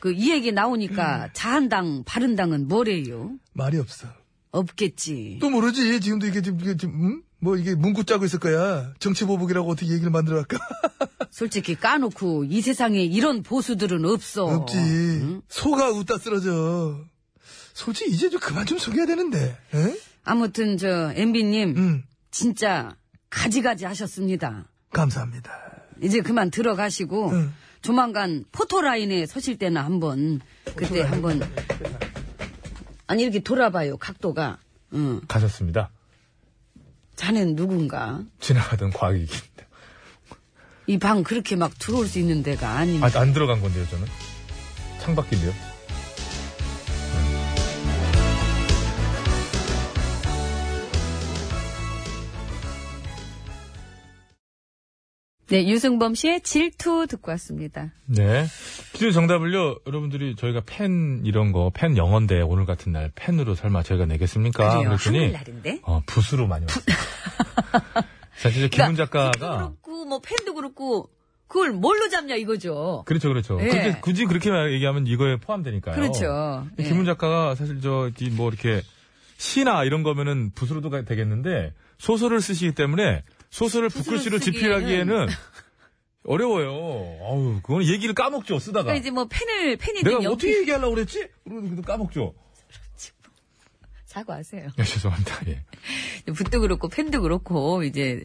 Speaker 2: 그 이 얘기 나오니까 자한당, 바른당은 뭐래요?
Speaker 10: 말이 없어.
Speaker 2: 없겠지.
Speaker 10: 또 모르지. 지금도 이게 지금, 이게 지금, 음? 뭐 이게 문구 짜고 있을 거야. 정치보복이라고 어떻게 얘기를 만들어 갈까?
Speaker 2: 솔직히 까놓고 이 세상에 이런 보수들은 없어.
Speaker 10: 없지. 소가 웃다 쓰러져. 솔직히 이제 좀 그만 좀 속여야 되는데. 예? 에?
Speaker 2: 아무튼 저 MB님
Speaker 10: 음,
Speaker 2: 진짜 가지가지 하셨습니다.
Speaker 10: 감사합니다.
Speaker 2: 이제 그만 들어가시고
Speaker 10: 응.
Speaker 2: 조만간 포토라인에 서실 때나 한번 그때 한번 아니 이렇게 돌아봐요 각도가. 응.
Speaker 3: 가셨습니다.
Speaker 2: 자넨 누군가.
Speaker 1: 지나가던 과객인데.
Speaker 2: 이 방 그렇게 막 들어올 수 있는 데가 아닌데.
Speaker 1: 아, 안 들어간 건데요, 저는. 창밖인데요.
Speaker 3: 아,
Speaker 2: 네, 유승범 씨의 질투 듣고 왔습니다.
Speaker 3: 네. 퀴즈 정답을요, 여러분들이 저희가 펜 이런 거, 펜 영어인데 오늘 같은 날 펜으로 설마 저희가 내겠습니까?
Speaker 2: 그래요.
Speaker 3: 아, 그랬더니,
Speaker 2: 한글날인데.
Speaker 3: 어, 붓으로 많이 왔어요. 사실 김훈
Speaker 2: 그러니까 붓도
Speaker 3: 작가가.
Speaker 2: 그렇고 뭐 펜도 그렇고 그걸 뭘로 잡냐 이거죠.
Speaker 3: 그렇죠, 그렇죠.
Speaker 2: 예.
Speaker 3: 그렇게, 굳이 그렇게 얘기하면 이거에 포함되니까요.
Speaker 2: 그렇죠. 예.
Speaker 3: 김훈 작가가 사실 저, 이뭐 이렇게 시나 이런 거면은 붓으로도 가- 되겠는데 소설을 쓰시기 때문에 소설을
Speaker 2: 붓으로
Speaker 3: 붓글씨로
Speaker 2: 쓰기에는-
Speaker 3: 집필하기에는 어려워요. 어우, 그건 얘기를 까먹죠, 쓰다가.
Speaker 2: 그러니까 이제 뭐 펜을 펜이든
Speaker 3: 아. 내가
Speaker 2: 연필-
Speaker 3: 어떻게 얘기하려고 그랬지? 그러고도 까먹죠.
Speaker 2: 사과하세요.
Speaker 3: 예, 죄송합니다. 예.
Speaker 2: 붓도 그렇고 펜도 그렇고 이제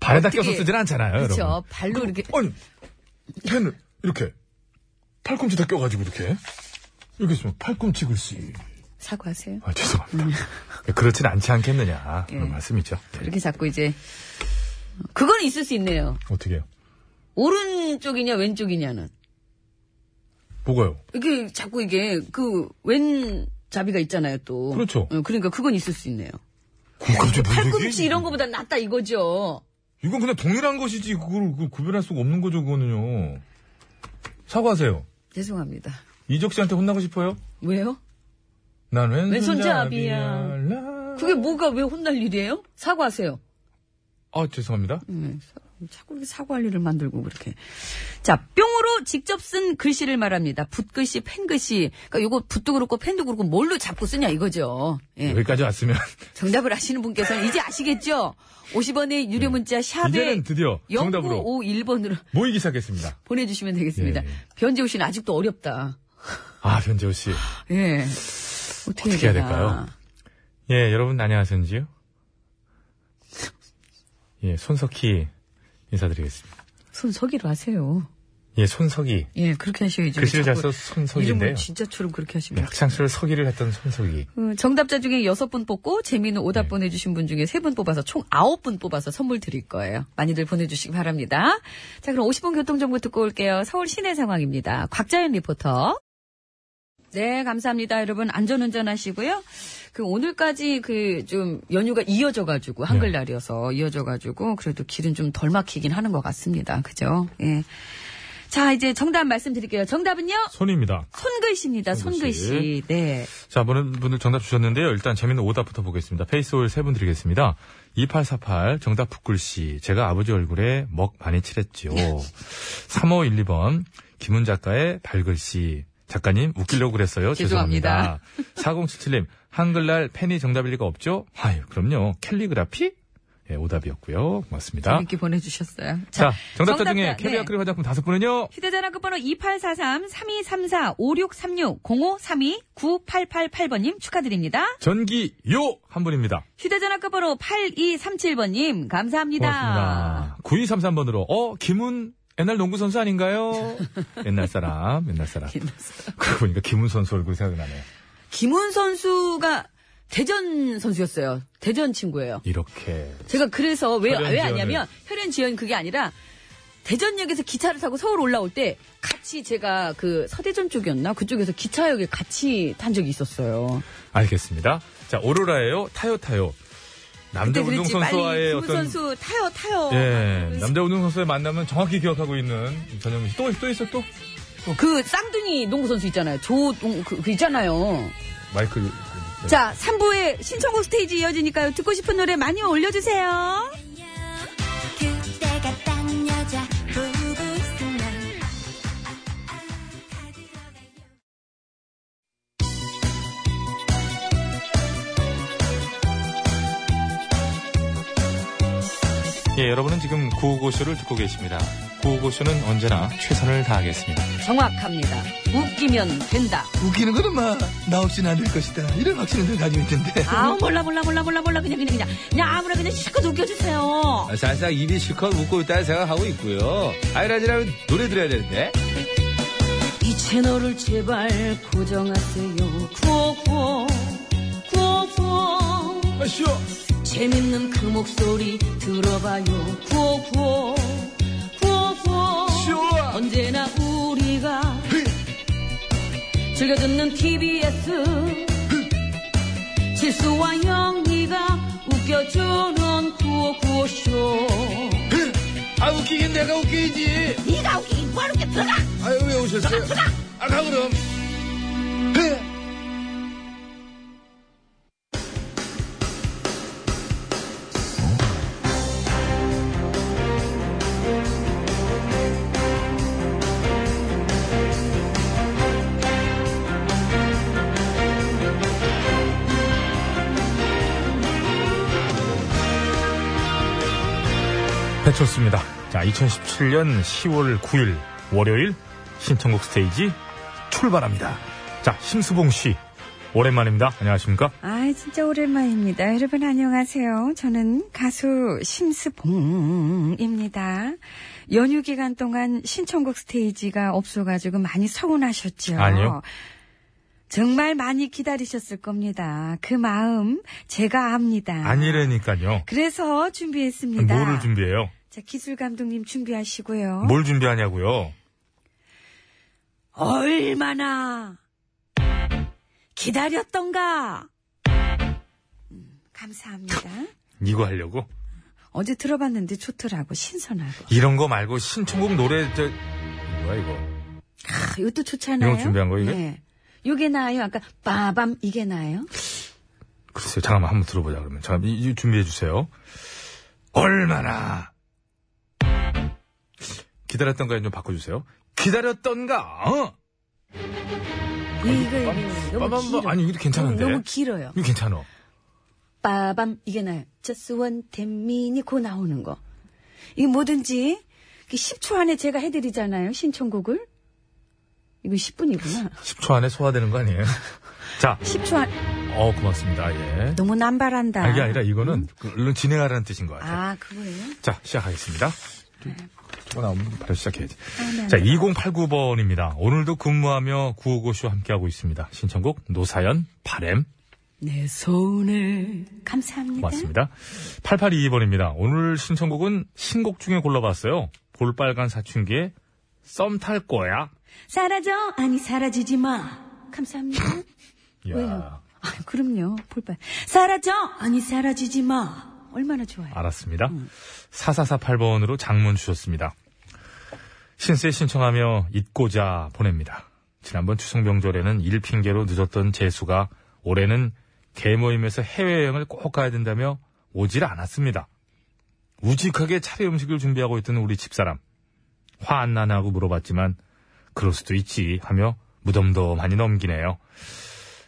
Speaker 3: 발에다
Speaker 2: 어떻게-
Speaker 3: 껴서 쓰진 않잖아요, 여러분.
Speaker 2: 그렇죠. 발로 이렇게
Speaker 1: 아니, 펜을 이렇게 팔꿈치 다 껴가지고 이렇게 이렇게 쓰면 팔꿈치 글씨.
Speaker 2: 사과하세요.
Speaker 3: 아, 죄송합니다. 예, 그렇진 않지 않겠느냐. 그런
Speaker 2: 예.
Speaker 3: 말씀이죠. 네.
Speaker 2: 이렇게 자꾸 이제 그건 있을 수 있네요.
Speaker 1: 어떻게 해요?
Speaker 2: 오른쪽이냐 왼쪽이냐는
Speaker 1: 뭐가요?
Speaker 2: 이게 자꾸 이게 그 왼잡이가 있잖아요 또.
Speaker 1: 그렇죠.
Speaker 2: 어, 그러니까 그건 있을 수 있네요.
Speaker 1: 갑자기 무슨
Speaker 2: 팔꿈치
Speaker 1: 얘기?
Speaker 2: 이런 거보다 낫다 이거죠.
Speaker 1: 이건 그냥 동일한 것이지 그걸, 그걸 구별할 수가 없는 거죠 그거는요. 사과하세요.
Speaker 2: 죄송합니다.
Speaker 1: 이적 씨한테 혼나고 싶어요?
Speaker 2: 왜요?
Speaker 1: 난
Speaker 2: 왼손잡이야.
Speaker 1: 왼손잡이야. 라.
Speaker 2: 그게 뭐가 왜 혼날 일이에요? 사과하세요.
Speaker 1: 아 죄송합니다.
Speaker 2: 음, 사- 자꾸 이렇게 사과할 일을 만들고 그렇게. 자, 뿅으로 직접 쓴 글씨를 말합니다. 붓글씨, 펜글씨. 그러니까 요거 붓도 그렇고 펜도 그렇고 뭘로 잡고 쓰냐 이거죠. 예.
Speaker 3: 여기까지 왔으면
Speaker 2: 정답을 아시는 분께서는 이제 아시겠죠? 50원의 유료 문자 샵에
Speaker 3: 네. 이제는 드디어 정답으로
Speaker 2: 0951번으로
Speaker 3: 모이기 시작했습니다.
Speaker 2: 보내주시면 되겠습니다.
Speaker 3: 예, 예.
Speaker 2: 변재우 씨는 아직도 어렵다.
Speaker 3: 아, 변재호 씨.
Speaker 2: 예. 어떻게,
Speaker 3: 어떻게 해야
Speaker 2: 되나.
Speaker 3: 될까요? 예, 여러분 안녕하세요. 예, 손석희 인사드리겠습니다.
Speaker 2: 손석이로 하세요.
Speaker 3: 예, 손석희.
Speaker 2: 예, 그렇게 하셔야죠.
Speaker 3: 글씨를 잘
Speaker 2: 자꾸
Speaker 3: 써서 손석희인데요.
Speaker 2: 이름을 진짜처럼 그렇게 하시면
Speaker 3: 학창시절 서기를 했던 손석희.
Speaker 2: 어, 정답자 중에 여섯 분 뽑고 재미있는 오답 보내주신 분 중에 세 분 뽑아서 총 아홉 분 뽑아서 선물 드릴 거예요. 많이들 보내주시기 바랍니다. 자, 그럼 50분 교통정보 듣고 올게요. 서울 시내 상황입니다. 곽자연 리포터. 네, 감사합니다. 여러분, 안전운전 하시고요. 그, 오늘까지 그, 좀, 연휴가 이어져가지고, 한글날이어서 이어져가지고, 그래도 길은 좀 덜 막히긴 하는 것 같습니다. 그죠? 예. 자, 이제 정답 말씀드릴게요. 정답은요?
Speaker 3: 손입니다.
Speaker 2: 손글씨입니다.
Speaker 3: 손글씨.
Speaker 2: 손글씨. 네.
Speaker 3: 자, 많은 분들 정답 주셨는데요. 일단 재밌는 오답부터 보겠습니다. 페이스홀 세 분 드리겠습니다. 2848 정답 북글씨 제가 아버지 얼굴에 먹 많이 칠했죠. 3512번 김훈 작가의 발글씨 작가님 웃기려고 그랬어요. 죄송합니다. 4077님 한글날 펜이 정답일 리가 없죠? 아유 그럼요. 캘리그라피? 예, 오답이었고요. 고맙습니다.
Speaker 2: 이렇게 보내주셨어요.
Speaker 3: 자, 정답자
Speaker 2: 정답자,
Speaker 3: 중에 캐리어
Speaker 2: 네.
Speaker 3: 크림 화장품 다섯 분은요.
Speaker 2: 휴대전화 끝번호 2843-3234-5636-0532-9888번님 축하드립니다.
Speaker 3: 전기요 한 분입니다.
Speaker 2: 휴대전화 끝번호 8237번님 감사합니다.
Speaker 3: 고맙습니다. 9233번으로, 어, 김훈, 옛날 농구 선수 아닌가요? 옛날 사람, 옛날 사람. 그러고 보니까 김훈 선수 얼굴이 생각나네요.
Speaker 2: 김훈 선수가 대전 선수였어요. 대전 친구예요.
Speaker 3: 이렇게.
Speaker 2: 제가 그래서 왜,
Speaker 3: 혈연
Speaker 2: 왜
Speaker 3: 지연을.
Speaker 2: 아냐면 혈연 지연 그게 아니라 대전역에서 기차를 타고 서울 올라올 때 같이 제가 그 서대전 쪽이었나? 그쪽에서 기차역에 같이 탄 적이 있었어요.
Speaker 3: 알겠습니다. 자, 오로라예요. 타요, 타요. 남자
Speaker 2: 그때 그랬지 빨리
Speaker 3: 운동선수와의
Speaker 2: 김훈
Speaker 3: 어떤.
Speaker 2: 선수 타요 타요. 그
Speaker 3: 예, 남자 운동선수의 만남은 정확히 기억하고 있는 전현민 씨. 또, 또 있어, 또?
Speaker 2: 그 쌍둥이 농구 선수 있잖아요. 조동 그, 그
Speaker 3: 네.
Speaker 2: 있잖아요.
Speaker 3: 마이클. 그-
Speaker 2: 자, 3부의 신청곡 스테이지 이어지니까요. 듣고 싶은 노래 많이 올려주세요.
Speaker 11: 그때가 딱 여자 부부스만
Speaker 3: 예, 여러분은 지금 구호고쇼를 듣고 계십니다. 구호고쇼는 언제나 최선을 다하겠습니다.
Speaker 2: 정확합니다. 웃기면 된다.
Speaker 10: 웃기는 거는 막, 나 없이는 안 될 것이다. 이런 확신을 늘 가지고 있던데.
Speaker 2: 아우, 몰라, 몰라, 몰라, 몰라, 몰라. 그냥, 그냥, 그냥. 그냥 아무나 그냥 실컷 웃겨주세요.
Speaker 8: 아, 사실상 입이 실컷 웃고 있다는 생각하고 있고요. 아이라지라면 노래 들어야 되는데.
Speaker 2: 이 채널을 제발 고정하세요. 구호구호, 구호구호.
Speaker 1: 아, 쉬어!
Speaker 4: 재밌는 그 목소리 들어봐요 구호구호 구호구호 언제나 우리가 즐겨 듣는 TBS 실수와 영리가 웃겨주는 구호구호쇼
Speaker 1: 아, 웃기긴 내가 웃기지.
Speaker 4: 네가 웃기긴 뭘 웃겨 들어가
Speaker 1: 아유, 왜 오셨어요? 네. 아, 가, 그럼.
Speaker 3: 배쳤습니다. 자, 2017년 10월 9일 월요일 신청곡 스테이지 출발합니다. 자, 심수봉 씨 오랜만입니다. 안녕하십니까?
Speaker 2: 아, 진짜 오랜만입니다. 여러분 안녕하세요. 저는 가수 심스봉입니다. 연휴 기간 동안 신청곡 스테이지가 없어가지고 많이 서운하셨죠?
Speaker 3: 아니요.
Speaker 2: 정말 많이 기다리셨을 겁니다. 그 마음 제가 압니다.
Speaker 3: 아니라니까요.
Speaker 2: 그래서 준비했습니다. 어?
Speaker 3: 뭐를 준비해요?
Speaker 2: 자, 기술 감독님 준비하시고요.
Speaker 3: 뭘 준비하냐고요?
Speaker 2: 얼마나 기다렸던가. 음, 감사합니다.
Speaker 3: 이거 하려고?
Speaker 2: 어제 들어봤는데 좋더라고 신선하고.
Speaker 3: 이런 거 말고 신청곡 노래 저 뭐야 이거?
Speaker 2: 크, 이것도 좋잖아요.
Speaker 3: 이거 준비한 거, 이게?
Speaker 2: 네. 이게 나아요. 아까 빠밤 이게 나아요.
Speaker 3: 글쎄요. 잠깐만 한번 들어보자 그러면. 잠깐 이, 이 준비해 주세요. 얼마나 기다렸던가에 좀 바꿔주세요. 기다렸던가. 어?
Speaker 2: 이거 이거 너무
Speaker 3: 빠밤, 뭐,
Speaker 2: 길어.
Speaker 3: 아니, 이것도 괜찮은데?
Speaker 2: 너무, 너무 길어요.
Speaker 3: 이거 괜찮어.
Speaker 2: 빠밤 이게 나요. Just one ten minute 고 나오는 거. 이게 뭐든지 10초 안에 제가 해드리잖아요. 신청곡을. 이거 10분이구나.
Speaker 3: 10초 안에 소화되는 거 아니에요? 자,
Speaker 2: 10초 안
Speaker 3: 어 고맙습니다. 예.
Speaker 2: 너무 남발한다.
Speaker 3: 아, 이게 아니라 이거는 그 얼른 진행하라는 뜻인 것 같아요.
Speaker 2: 아, 그거예요?
Speaker 3: 자, 시작하겠습니다. 또 나오면 바로 시작해야지.
Speaker 2: 네.
Speaker 3: 자, 2089번입니다. 오늘도 근무하며 구호고쇼 함께하고 있습니다. 신청곡 노사연 바램
Speaker 2: 내 손을 감사합니다.
Speaker 3: 고맙습니다. 8822번입니다. 오늘 신청곡은 신곡 중에 골라봤어요. 볼빨간 사춘기의 썸 탈 거야.
Speaker 2: 사라져 아니 사라지지 마. 감사합니다. 왜요?
Speaker 3: 이야,
Speaker 2: 아, 그럼요. 볼빨. 사라져 아니 사라지지 마. 얼마나 좋아요. 음.
Speaker 3: 알았습니다. 4448번으로 장문 주셨습니다. 신세 신청하며 잊고자 보냅니다. 지난번 추석 명절에는 일 핑계로 늦었던 재수가 올해는 개 모임에서 해외여행을 꼭 가야 된다며 오질 않았습니다. 우직하게 차례 음식을 준비하고 있던 우리 집사람. 화 안 나나 하고 물어봤지만 그럴 수도 있지 하며 무덤덤하니 넘기네요.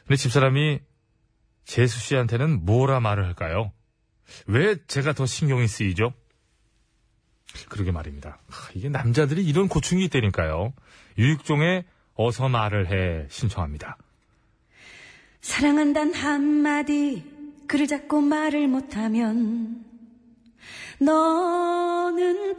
Speaker 3: 근데 집사람이 재수 씨한테는 뭐라 말을 할까요? 왜 제가 더 신경이 쓰이죠? 그러게 말입니다. 하, 이게 남자들이 이런 고충이 있다니까요. 유익종의 어서 말을 해 신청합니다.
Speaker 2: 사랑한단 한마디 그를 잡고 말을 못하면 너는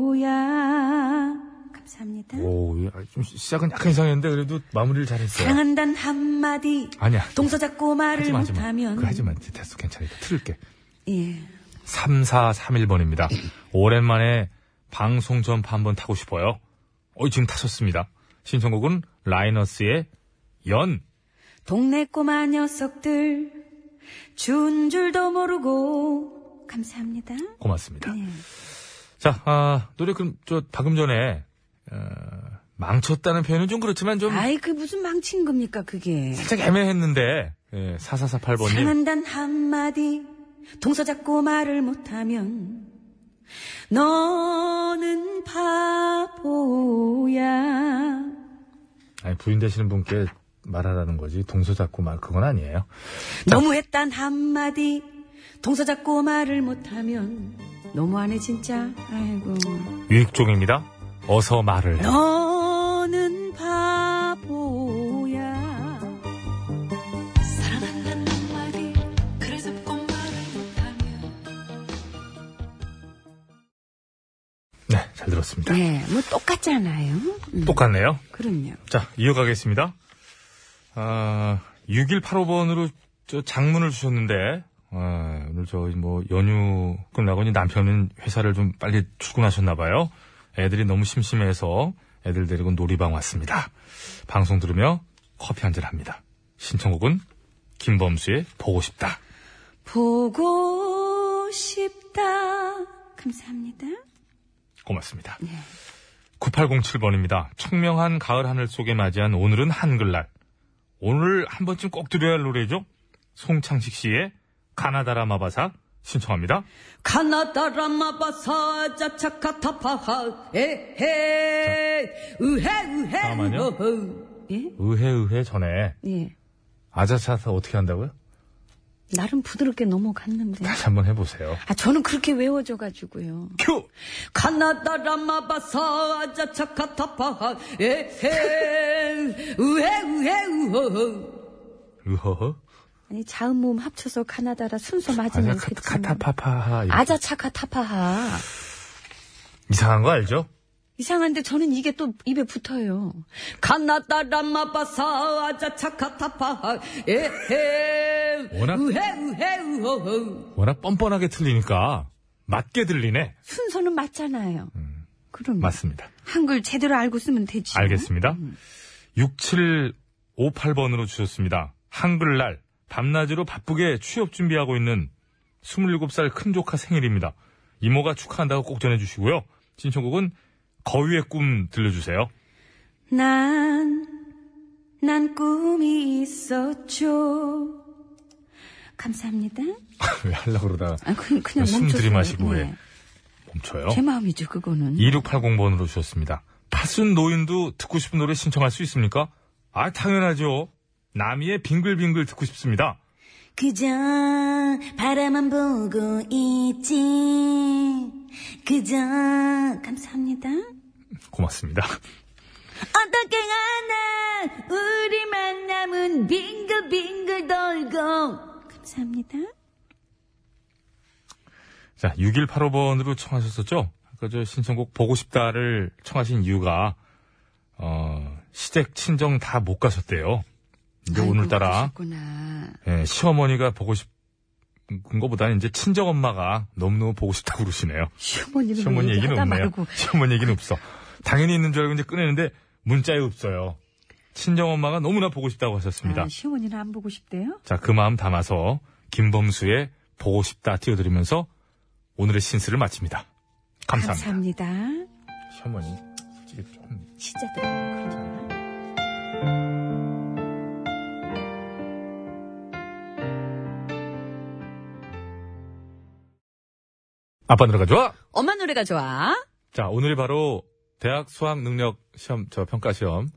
Speaker 2: 바보야. 감사합니다.
Speaker 3: 오, 예, 아, 좀 시- 시작은 약간 이상했는데 그래도 마무리를 잘했어요.
Speaker 2: 사랑한단 한마디
Speaker 3: 아니야.
Speaker 2: 동서 잡고 말을
Speaker 3: 하지마, 하지마.
Speaker 2: 못하면
Speaker 3: 그 하지마. 이제 됐어. 괜찮으니까 틀을게.
Speaker 2: 예.
Speaker 3: 3431번입니다. 오랜만에 방송 전파 한번 타고 싶어요. 어, 지금 타셨습니다. 신청곡은 라이너스의 연.
Speaker 2: 동네 꼬마 녀석들 준 줄도 모르고 감사합니다.
Speaker 3: 고맙습니다.
Speaker 2: 예.
Speaker 3: 자, 아, 노래 그럼 저 방금 전에 어, 망쳤다는 표현은 좀 그렇지만 좀
Speaker 2: 아이 그 무슨 망친 겁니까 그게?
Speaker 3: 살짝 애매했는데 예, 4448번님
Speaker 2: 사랑한단 한마디 동서 잡고 말을 못하면 너는 바보야.
Speaker 3: 아니, 부인 되시는 분께 말하라는 거지 동서 잡고 말 그건 아니에요.
Speaker 2: 너무했단 한마디 동서 잡고 말을 못하면 너무하네 진짜. 아이고.
Speaker 3: 유익종입니다. 어서 말을 해.
Speaker 2: 너는 바보야.
Speaker 4: 사랑한다는 한마디 그래서 꼭 말을 못하면
Speaker 3: 네, 잘 들었습니다.
Speaker 2: 네, 뭐 똑같잖아요. 음,
Speaker 3: 똑같네요.
Speaker 2: 그럼요.
Speaker 3: 자, 이어가겠습니다. 아, 6185번으로 장문을 주셨는데 아, 오늘 저 뭐 연휴 끝나고니 남편은 회사를 좀 빨리 출근하셨나 봐요. 애들이 너무 심심해서 애들 데리고 놀이방 왔습니다. 방송 들으며 커피 한잔 합니다. 신청곡은 김범수의 보고 싶다.
Speaker 2: 보고 싶다. 감사합니다.
Speaker 3: 고맙습니다. 9807번입니다. 청명한 가을 하늘 속에 맞이한 오늘은 한글날. 오늘 한 번쯤 꼭 들어야 할 노래죠. 송창식 씨의 가나다라 마바사 신청합니다.
Speaker 2: 가나다라마바사 자차카타파하 에헤 으헤 으헤
Speaker 3: 잠깐만요.
Speaker 2: 어허. 예?
Speaker 3: 의회의회 전에
Speaker 2: 예.
Speaker 3: 아자차사 어떻게 한다고요?
Speaker 2: 나름 부드럽게 넘어갔는데.
Speaker 3: 다시 한번 해보세요.
Speaker 2: 아, 저는 그렇게 외워져가지고요.
Speaker 3: 큐!
Speaker 2: 가나다라마바사 아자차카타파하 에헤 으헤 으헤 우허허
Speaker 3: 으허허.
Speaker 2: 아니 자음 모음 합쳐서 가나다라 순서 맞으면
Speaker 3: 아자카,
Speaker 2: 좋겠지만
Speaker 3: 카타파파하.
Speaker 2: 아!
Speaker 3: 이렇게.
Speaker 2: 아자차카타파하
Speaker 3: 이상한 거 알죠?
Speaker 2: 이상한데 저는 이게 또 입에 붙어요. 가나다라마바사 아자차카타파 에헤
Speaker 3: 워낙-
Speaker 2: 우헤 우헤 우허
Speaker 3: 워낙 뻔뻔하게 틀리니까 맞게 들리네.
Speaker 2: 순서는 맞잖아요. 그럼
Speaker 3: 음. 맞습니다.
Speaker 2: 한글 제대로 알고 쓰면
Speaker 3: 그렇죠.
Speaker 2: 되지.
Speaker 3: 알겠습니다. 6758번으로 주셨습니다. 한글날, 밤낮으로 바쁘게 취업 준비하고 있는 27살 큰 조카 생일입니다. 이모가 축하한다고 꼭 전해주시고요. 신청곡은 거위의 꿈 들려주세요.
Speaker 2: 난, 난 꿈이 있었죠. 감사합니다.
Speaker 3: 왜 하려고 그러다가
Speaker 2: 아, 그, 그냥
Speaker 3: 숨
Speaker 2: 멈춰서.
Speaker 3: 들이마시고
Speaker 2: 예.
Speaker 3: 왜 멈춰요?
Speaker 2: 제 마음이죠, 그거는.
Speaker 3: 2680번으로 주셨습니다. 파순 노인도 듣고 싶은 노래 신청할 수 있습니까? 아, 당연하죠. 남이의 빙글빙글 듣고 싶습니다.
Speaker 11: 그저 바라만 보고 있지 그저
Speaker 2: 감사합니다.
Speaker 3: 고맙습니다.
Speaker 2: 어떻게 하나 우리 만남은 빙글빙글 돌고 감사합니다.
Speaker 3: 자, 6185번으로 청하셨었죠? 아까 저 신청곡 보고 싶다를 청하신 이유가, 어, 시댁 친정 다 못 가셨대요. 이제 오늘따라,
Speaker 2: 그러셨구나.
Speaker 3: 예, 시어머니가 보고 싶은 것보다는 이제 친정 엄마가 너무너무 보고 싶다고 그러시네요.
Speaker 2: 시어머니는
Speaker 3: 시어머니 얘기는
Speaker 2: 얘기하다
Speaker 3: 없네요.
Speaker 2: 말고
Speaker 3: 시어머니 얘기는 없어. 당연히 있는 줄 알고 이제 꺼내는데 문자에 없어요. 친정 엄마가 너무나 보고 싶다고 하셨습니다.
Speaker 2: 아, 시어머니는 안 보고 싶대요?
Speaker 3: 자, 그 마음 담아서 김범수의 보고 싶다 띄워드리면서 오늘의 신스를 마칩니다. 감사합니다.
Speaker 2: 감사합니다.
Speaker 3: 시어머니, 솔직히 좀.
Speaker 2: 시작.
Speaker 3: 아빠 노래가 좋아!
Speaker 2: 엄마 노래가 좋아.
Speaker 3: 자, 오늘이 바로 대학 수학 능력 시험, 저 평가 시험,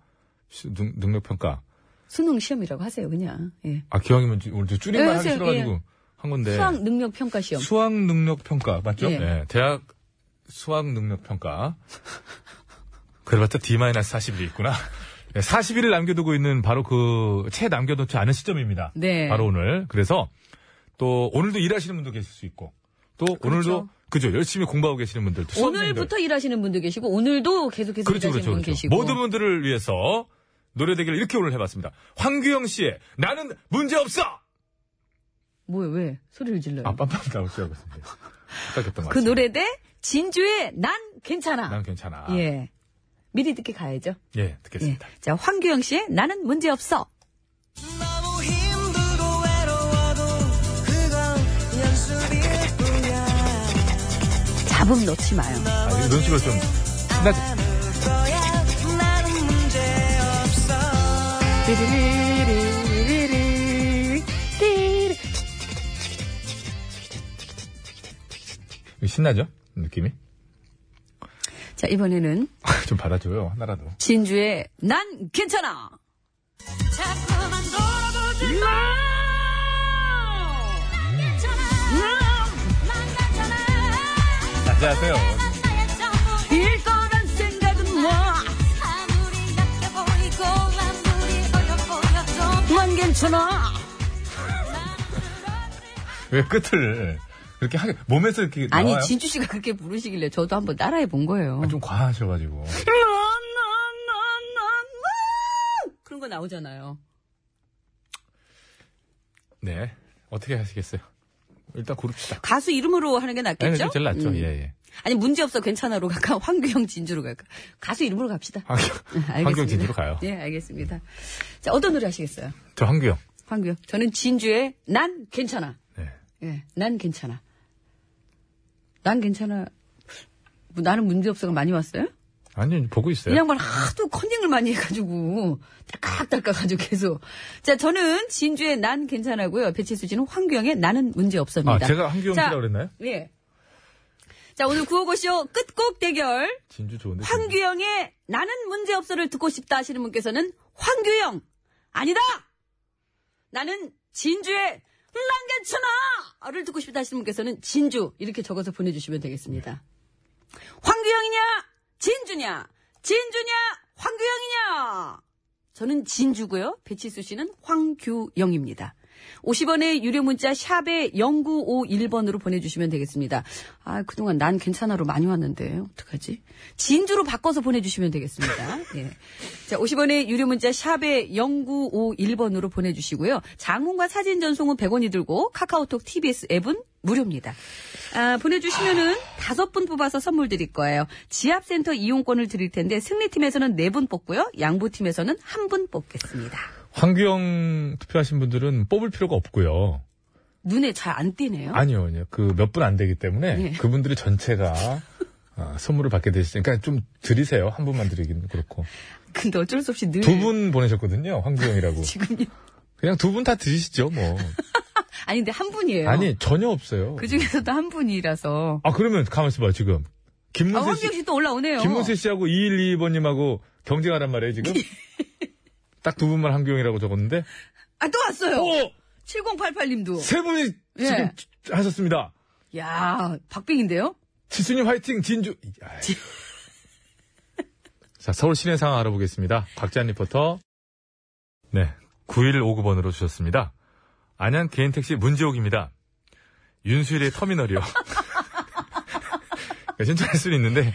Speaker 3: 시- 능, 능력 평가.
Speaker 2: 수능 시험이라고 하세요, 그냥. 예.
Speaker 3: 아, 기왕이면 지- 오늘 저 줄임말
Speaker 2: 네,
Speaker 3: 하기
Speaker 2: 하세요.
Speaker 3: 싫어가지고
Speaker 2: 예.
Speaker 3: 한 건데.
Speaker 2: 수학 능력 평가 시험.
Speaker 3: 네. 수학 능력 평가, 맞죠?
Speaker 2: 예.
Speaker 3: 네, 대학 수학 능력 평가. 그래봤자 D-41이 있구나. 40일을 남겨두고 있는 바로 그, 채 남겨놓지 않은 시점입니다.
Speaker 2: 네.
Speaker 3: 바로 오늘. 그래서 또 오늘도 일하시는 분도 계실 수 있고 또 오늘도 그죠 열심히 공부하고 계시는 분들 또 수험생들.
Speaker 2: 그렇죠. 오늘부터 일하시는 분도 계시고 오늘도 계속해서
Speaker 3: 그렇죠
Speaker 2: 일하시는
Speaker 3: 그렇죠
Speaker 2: 분
Speaker 3: 그렇죠
Speaker 2: 계시고.
Speaker 3: 모든 분들을 위해서 노래 대결 이렇게 오늘 해봤습니다. 황규영 씨의 나는 문제 없어.
Speaker 2: 뭐야 왜 소리를 질러요?
Speaker 3: 아 빰빰 나오시라고 했습니다. 깜짝했던 것
Speaker 2: 그
Speaker 3: 같습니다.
Speaker 2: 노래 대 진주의 난 괜찮아.
Speaker 3: 난 괜찮아. 예,
Speaker 2: 예. 미리 듣기 가야죠. 예.
Speaker 3: 듣겠습니다.
Speaker 2: 자, 황규영 씨의 나는 문제 없어. 잡음 놓지 마요.
Speaker 3: 아, 이런 식으로 좀 신나지. 신나죠? 느낌이?
Speaker 2: 자, 이번에는
Speaker 3: 좀 받아줘요, 하나라도.
Speaker 2: 진주의 난 괜찮아.
Speaker 11: 자꾸만 돌아보지 마. 난 괜찮아. 난 괜찮아.
Speaker 3: 안녕하세요.
Speaker 11: 난 나의 전부.
Speaker 2: 일거란 생각은 뭐?
Speaker 11: 아무리 약해 보이고 아무리 어려 보여도
Speaker 2: 난 괜찮아.
Speaker 3: 왜 끝을 그렇게 하게, 몸에서 이렇게.
Speaker 2: 아니,
Speaker 3: 나와요?
Speaker 2: 진주 씨가 그렇게 부르시길래 저도 한번 따라해 본 거예요.
Speaker 3: 아, 좀 과하셔가지고.
Speaker 2: 라나나나나 그런 거 나오잖아요.
Speaker 3: 네. 어떻게 하시겠어요? 일단 고릅시다.
Speaker 2: 가수 이름으로 하는 게
Speaker 3: 아니,
Speaker 2: 낫겠죠?
Speaker 3: 그게 제일 낫죠.
Speaker 2: 음.
Speaker 3: 예, 예.
Speaker 2: 아니 문제없어 괜찮아로 갈까 황규영 진주로 갈까 가수 이름으로 갑시다.
Speaker 3: 환경,
Speaker 2: 아, 알겠습니다.
Speaker 3: 환경 아, 진주로 가요.
Speaker 2: 예, 알겠습니다. 자, 어떤 노래 하시겠어요?
Speaker 3: 저 환경.
Speaker 2: 황규영. 저는 진주의 난 괜찮아.
Speaker 3: 네.
Speaker 2: 예, 난 괜찮아. 난 괜찮아. 뭐, 나는 문제없어가 많이 왔어요?
Speaker 3: 아니, 보고 있어요.
Speaker 2: 이 양반 하도 컨닝을 많이 해가지고 딸깍딸깍가지고 계속. 자, 저는 진주의 난 괜찮아고요. 배치수 씨는 황규영의 나는 문제없습니다.
Speaker 3: 아, 제가 환경 씨라고 그랬나요?
Speaker 2: 예. 자, 오늘 구호고쇼 끝곡 대결.
Speaker 3: 진주 좋은데. 진주.
Speaker 2: 황규영의 나는 문제없어를 듣고 싶다 하시는 분께서는 황규영 아니다 나는 진주의 난괜찮아를 듣고 싶다 하시는 분께서는 진주 이렇게 적어서 보내주시면 되겠습니다 황규영이냐 진주냐 진주냐 황규영이냐 저는 진주고요 배치수 씨는 황규영입니다 50원의 유료 문자 샵에 0951번으로 보내주시면 되겠습니다. 아, 그동안 난 괜찮아로 많이 왔는데, 어떡하지? 진주로 바꿔서 보내주시면 되겠습니다. 예. 자, 50원의 유료 문자 샵에 0951번으로 보내주시고요. 장문과 사진 전송은 100원이 들고, 카카오톡 TBS 앱은 무료입니다. 아, 보내주시면은 다섯 분 뽑아서 선물 드릴 거예요. 지압센터 이용권을 드릴 텐데, 승리팀에서는 네 분 뽑고요. 양보팀에서는 한 분 뽑겠습니다.
Speaker 3: 황경 투표하신 분들은 뽑을 필요가 없고요.
Speaker 2: 눈에 잘 안 띄네요.
Speaker 3: 아니요, 아니요. 그 몇 분 안 되기 때문에
Speaker 2: 예.
Speaker 3: 그분들이 전체가 아, 선물을 받게 되시니까 그러니까 좀 드리세요. 한 분만 드리긴 그렇고.
Speaker 2: 근데 어쩔 수 없이 늘.
Speaker 3: 두 분 보내셨거든요. 황규영이라고.
Speaker 2: 네. 지금요.
Speaker 3: 그냥 두 분 다 드리시죠, 뭐.
Speaker 2: 아니, 근데 한 분이에요.
Speaker 3: 아니, 전혀 없어요.
Speaker 2: 그 중에서도 한 분이라서.
Speaker 3: 아, 그러면 가만있어 봐, 지금.
Speaker 2: 아,
Speaker 3: 김문세 씨,
Speaker 2: 황경 씨또 올라오네요.
Speaker 3: 김문세 씨하고 2122번님하고 경쟁하란 말이에요, 지금? 딱 두 분만 황규영이라고 적었는데.
Speaker 2: 아, 또 왔어요.
Speaker 3: 오!
Speaker 2: 7088 님도.
Speaker 3: 세 분이
Speaker 2: 예.
Speaker 3: 지금 하셨습니다.
Speaker 2: 야 박빙인데요?
Speaker 3: 지수님 화이팅 진주. 아이. 자 서울 시내 상황 알아보겠습니다. 곽지한 리포터. 네, 9159번으로 주셨습니다. 안양 개인택시 문지옥입니다. 윤수일의 터미널이요. 신청할 수는 있는데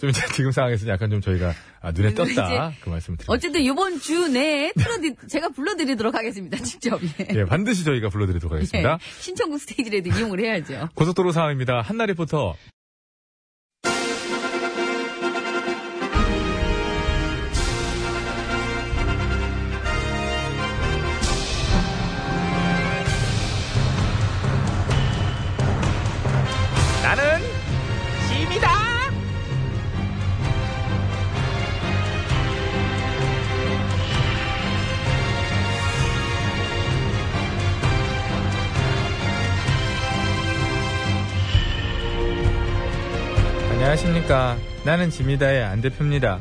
Speaker 3: 좀 이제 지금 상황에서는 약간 좀 저희가 아, 눈에
Speaker 2: 그리고
Speaker 3: 떴다 그 말씀을 드립니다.
Speaker 2: 어쨌든 이번 주 내에 틀어드, 제가 불러드리도록 하겠습니다. 직접. 예.
Speaker 3: 예, 반드시 저희가 불러드리도록 하겠습니다.
Speaker 2: 예. 신청국 스테이지라도 이용을 해야죠.
Speaker 3: 고속도로 상황입니다. 한나 리포터.
Speaker 8: 나는 짐이다.
Speaker 3: 안녕하십니까. 나는 지미다의 안 대표입니다.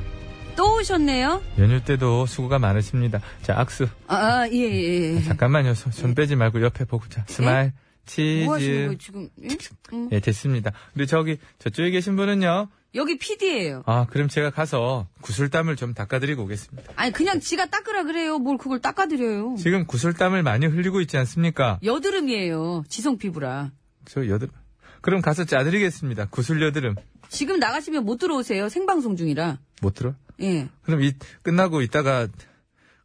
Speaker 2: 또 오셨네요?
Speaker 3: 연휴 때도 수고가 많으십니다. 자, 악수.
Speaker 2: 아, 예, 예, 예.
Speaker 3: 잠깐만요. 손- 손 빼지 말고 옆에 보고. 자, 스마일. 치즈.
Speaker 2: 네. 뭐 하시는 거예요, 지금? 예? 음.
Speaker 3: 예, 됐습니다. 근데 저기, 저쪽에 계신 분은요.
Speaker 2: 여기 PD예요.
Speaker 3: 아, 그럼 제가 가서 구슬땀을 좀 닦아드리고 오겠습니다.
Speaker 2: 아니, 그냥 지가 닦으라 그래요. 뭘 그걸 닦아드려요.
Speaker 3: 지금 구슬땀을 많이 흘리고 있지 않습니까?
Speaker 2: 여드름이에요. 지성 피부라.
Speaker 3: 저 여드름. 그럼 가서 짜드리겠습니다. 구슬 여드름.
Speaker 2: 지금 나가시면 못 들어오세요. 생방송 중이라.
Speaker 3: 못 들어?
Speaker 2: 예.
Speaker 3: 그럼 이, 끝나고 이따가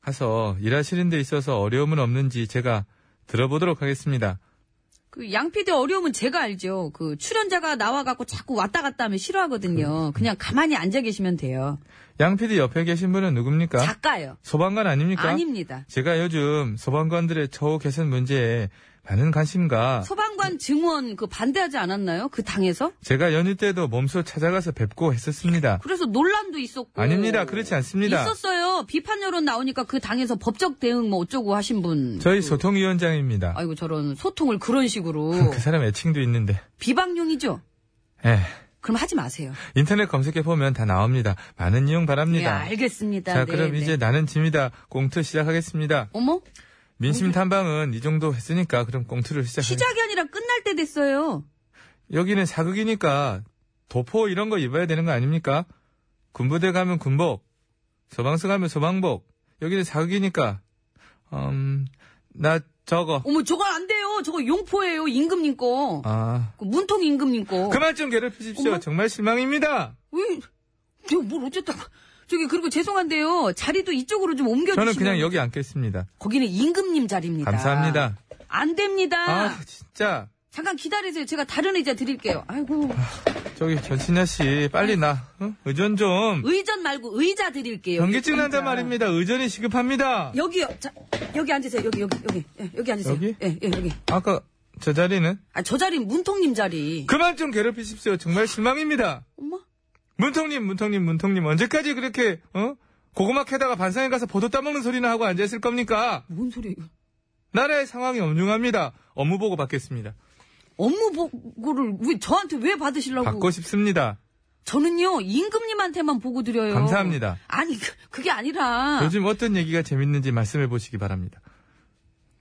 Speaker 3: 가서 일하시는 데 있어서 어려움은 없는지 제가 들어보도록 하겠습니다.
Speaker 2: 그 양피디 어려움은 제가 알죠. 그 출연자가 나와갖고 자꾸 왔다 갔다 하면 싫어하거든요. 그냥 가만히 앉아 계시면 돼요.
Speaker 3: 양 PD 옆에 계신 분은 누굽니까? 그러니까?
Speaker 2: 작가요.
Speaker 3: 소방관 아닙니까?
Speaker 2: 아닙니다.
Speaker 3: 제가 요즘 소방관들의 처우 개선 문제에 많은 관심과
Speaker 2: 소방관 증원 그 반대하지 않았나요? 그 당에서?
Speaker 3: 제가 연휴 때도 몸소 찾아가서 뵙고 했었습니다.
Speaker 2: 그래서 논란도 있었고.
Speaker 3: 아닙니다. 그렇지 않습니다.
Speaker 2: 있었어요. 비판 여론 나오니까 그 당에서 법적 대응 뭐 어쩌고 하신 분.
Speaker 3: 저희 소통위원장입니다.
Speaker 2: 아이고 저런 소통을 그런 식으로
Speaker 3: 그 사람 애칭도 있는데.
Speaker 2: 비방용이죠.
Speaker 3: 에,
Speaker 2: 그럼 하지 마세요.
Speaker 3: 인터넷 검색해 보면 다 나옵니다. 많은 이용
Speaker 2: 예,
Speaker 3: 바랍니다.
Speaker 2: 알겠습니다.
Speaker 3: 자,
Speaker 2: 네,
Speaker 3: 그럼
Speaker 2: 네.
Speaker 3: 이제 나는 짐이다. 꽁트 시작하겠습니다.
Speaker 2: 어머
Speaker 3: 민심 탐방은 이 정도 했으니까 그럼 꽁트를 시작하겠습니다.
Speaker 2: 시작이 아니라 끝날 때 됐어요.
Speaker 3: 여기는 사극이니까 도포 이런 거 입어야 되는 거 아닙니까? 군부대 가면 군복, 소방서 가면 소방복. 여기는 사극이니까 음, 나 저거
Speaker 2: 어머 저거 안 돼요. 저거 용포예요. 임금님 거.
Speaker 3: 아
Speaker 2: 그 문통 임금님 거.
Speaker 3: 그만 좀 괴롭히십시오.
Speaker 2: 어머.
Speaker 3: 정말 실망입니다.
Speaker 2: 왜? 저뭘 어쨌다고? 저기 그리고 죄송한데요. 자리도 이쪽으로 좀 옮겨주시면.
Speaker 3: 저는 그냥 여기 앉겠습니다.
Speaker 2: 아. 거기는 임금님 자리입니다.
Speaker 3: 감사합니다.
Speaker 2: 안 됩니다.
Speaker 3: 아 진짜
Speaker 2: 잠깐 기다리세요. 제가 다른 의자 드릴게요. 아이고.
Speaker 3: 저기 전신야 씨 빨리 나 어? 의전 좀
Speaker 2: 의전 말고 의자 드릴게요.
Speaker 3: 경기증
Speaker 2: 의자.
Speaker 3: 난단 말입니다. 의전이 시급합니다.
Speaker 2: 여기요. 자, 여기 앉으세요. 여기, 여기, 여기. 예, 여기 앉으세요.
Speaker 3: 여기?
Speaker 2: 예, 예, 여기.
Speaker 3: 아까 저 자리는
Speaker 2: 아, 저 자리는 문통님 자리.
Speaker 3: 그만 좀 괴롭히십시오. 정말 실망입니다.
Speaker 2: 엄마?
Speaker 3: 문통님, 문통님, 문통님 언제까지 그렇게 어? 고구마 캐다가 반상에 가서 보도 따먹는 소리나 하고 앉아 있을 겁니까?
Speaker 2: 뭔 소리야, 이거.
Speaker 3: 나라의 상황이 엄중합니다. 업무 보고 받겠습니다.
Speaker 2: 업무 보고를 왜 저한테 왜 받으시려고?
Speaker 3: 받고 싶습니다.
Speaker 2: 저는요 임금님한테만 보고 드려요.
Speaker 3: 감사합니다.
Speaker 2: 아니 그, 그게 아니라
Speaker 3: 요즘 어떤 얘기가 재밌는지 말씀해 보시기 바랍니다.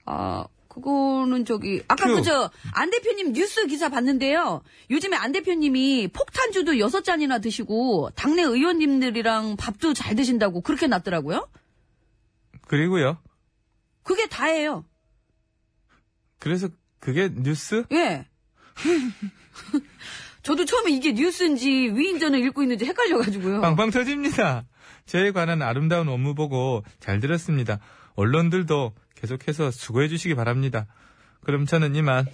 Speaker 2: 아 그거는 저기 아까
Speaker 3: 큐.
Speaker 2: 그저 안 대표님 뉴스 기사 봤는데요. 요즘에 안 대표님이 폭탄주도 여섯 잔이나 드시고 당내 의원님들이랑 밥도 잘 드신다고 그렇게 났더라고요.
Speaker 3: 그리고요.
Speaker 2: 그게 다예요.
Speaker 3: 그래서 그게 뉴스?
Speaker 2: 예. 저도 처음에 이게 뉴스인지 위인전을 읽고 있는지 헷갈려가지고요.
Speaker 3: 빵빵 터집니다. 저에 관한 아름다운 업무 보고 잘 들었습니다. 언론들도 계속해서 수고해 주시기 바랍니다. 그럼 저는 이만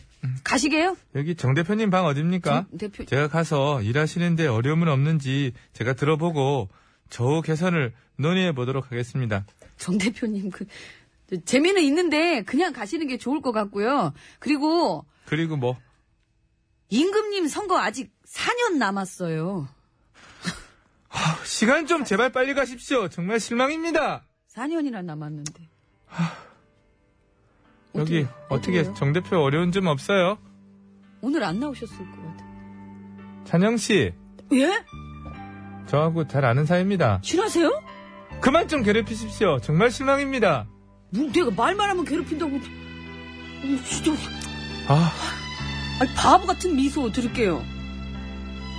Speaker 2: 가시게요?
Speaker 3: 여기 정 대표님 방 어딥니까?
Speaker 2: 정 대표-
Speaker 3: 제가 가서 일하시는데 어려움은 없는지 제가 들어보고 저우 개선을 논의해 보도록 하겠습니다.
Speaker 2: 정 대표님 그 재미는 있는데 그냥 가시는 게 좋을 것 같고요. 그리고
Speaker 3: 그리고 뭐
Speaker 2: 임금님 선거 아직 4년 남았어요.
Speaker 3: 시간 좀 제발 빨리 가십시오. 정말 실망입니다.
Speaker 2: 4년이나 남았는데.
Speaker 3: 여기
Speaker 2: 어떻게
Speaker 3: 어떻게
Speaker 2: 해요?
Speaker 3: 정 대표 어려운 점 없어요?
Speaker 2: 오늘 안 나오셨을 것 같아요.
Speaker 3: 찬영 씨
Speaker 2: 예?
Speaker 3: 저하고 잘 아는 사이입니다.
Speaker 2: 싫어하세요?
Speaker 3: 그만 좀 괴롭히십시오. 정말 실망입니다.
Speaker 2: 뭐 내가 말만 하면 괴롭힌다고. 어, 진짜.
Speaker 3: 아,
Speaker 2: 아니, 바보 같은 미소 드릴게요.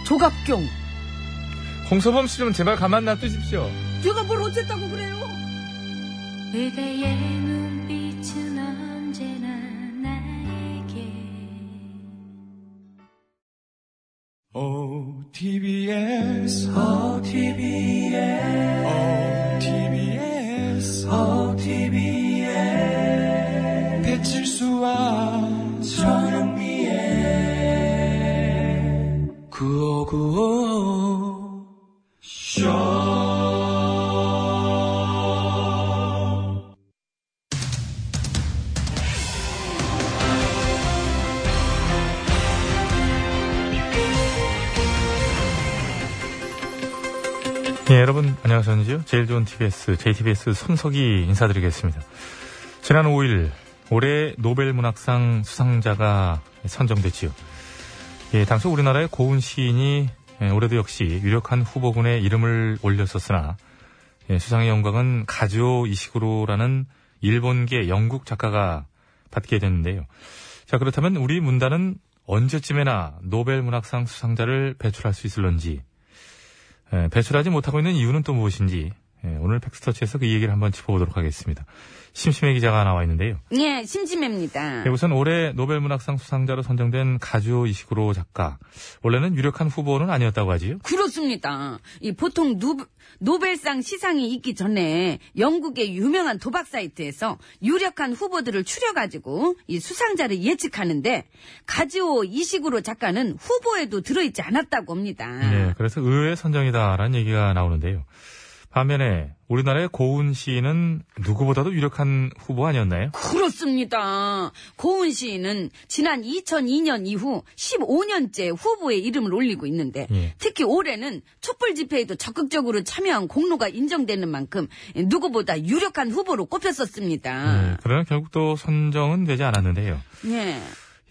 Speaker 2: 조갑경.
Speaker 3: 홍서범 씨 좀 제발 가만 놔두십시오.
Speaker 2: 제가 뭘 어쨌다고 그래요?
Speaker 4: 그대의 눈빛은 언제나 나에게
Speaker 7: OTBS, OTBS, OTBS, OTBS. 배칠수와 저녁미에 구호구호.
Speaker 3: 예, 여러분 안녕하셨는지요? 제일 좋은 TBS, JTBS 손석희 인사드리겠습니다. 지난 5일 올해 노벨문학상 수상자가 선정됐지요. 예, 당시 우리나라의 고운 시인이 예, 올해도 역시 유력한 후보군에 이름을 올렸었으나 예, 수상의 영광은 가즈오 이시구로라는 일본계 영국 작가가 받게 됐는데요. 자 그렇다면 우리 문단은 언제쯤에나 노벨문학상 수상자를 배출할 수 있을런지 예, 배출하지 못하고 있는 이유는 또 무엇인지 예, 오늘 팩스터치에서 그 얘기를 한번 짚어보도록 하겠습니다. 심심해 기자가 나와 있는데요.
Speaker 2: 예, 심심해입니다.
Speaker 3: 예, 우선 올해 노벨문학상 수상자로 선정된 가주오 이시구로 작가 원래는 유력한 후보는 아니었다고 하지요.
Speaker 2: 그렇습니다. 이 보통 누- 노벨상 시상이 있기 전에 영국의 유명한 도박 사이트에서 유력한 후보들을 추려가지고 이 수상자를 예측하는데 가지오 이식으로 작가는 후보에도 들어있지 않았다고 합니다.
Speaker 3: 예, 그래서 의외의 선정이다라는 얘기가 나오는데요. 반면에 우리나라의 고은 시인은 누구보다도 유력한 후보 아니었나요?
Speaker 2: 그렇습니다. 고은 시인은 지난 2002년 이후 15년째 후보에 이름을 올리고 있는데
Speaker 3: 예.
Speaker 2: 특히 올해는 촛불 집회에도 적극적으로 참여한 공로가 인정되는 만큼 누구보다 유력한 후보로
Speaker 3: 예,
Speaker 2: 꼽혔었습니다.
Speaker 3: 그러나 결국 또 선정은 되지 않았는데요.
Speaker 2: 예.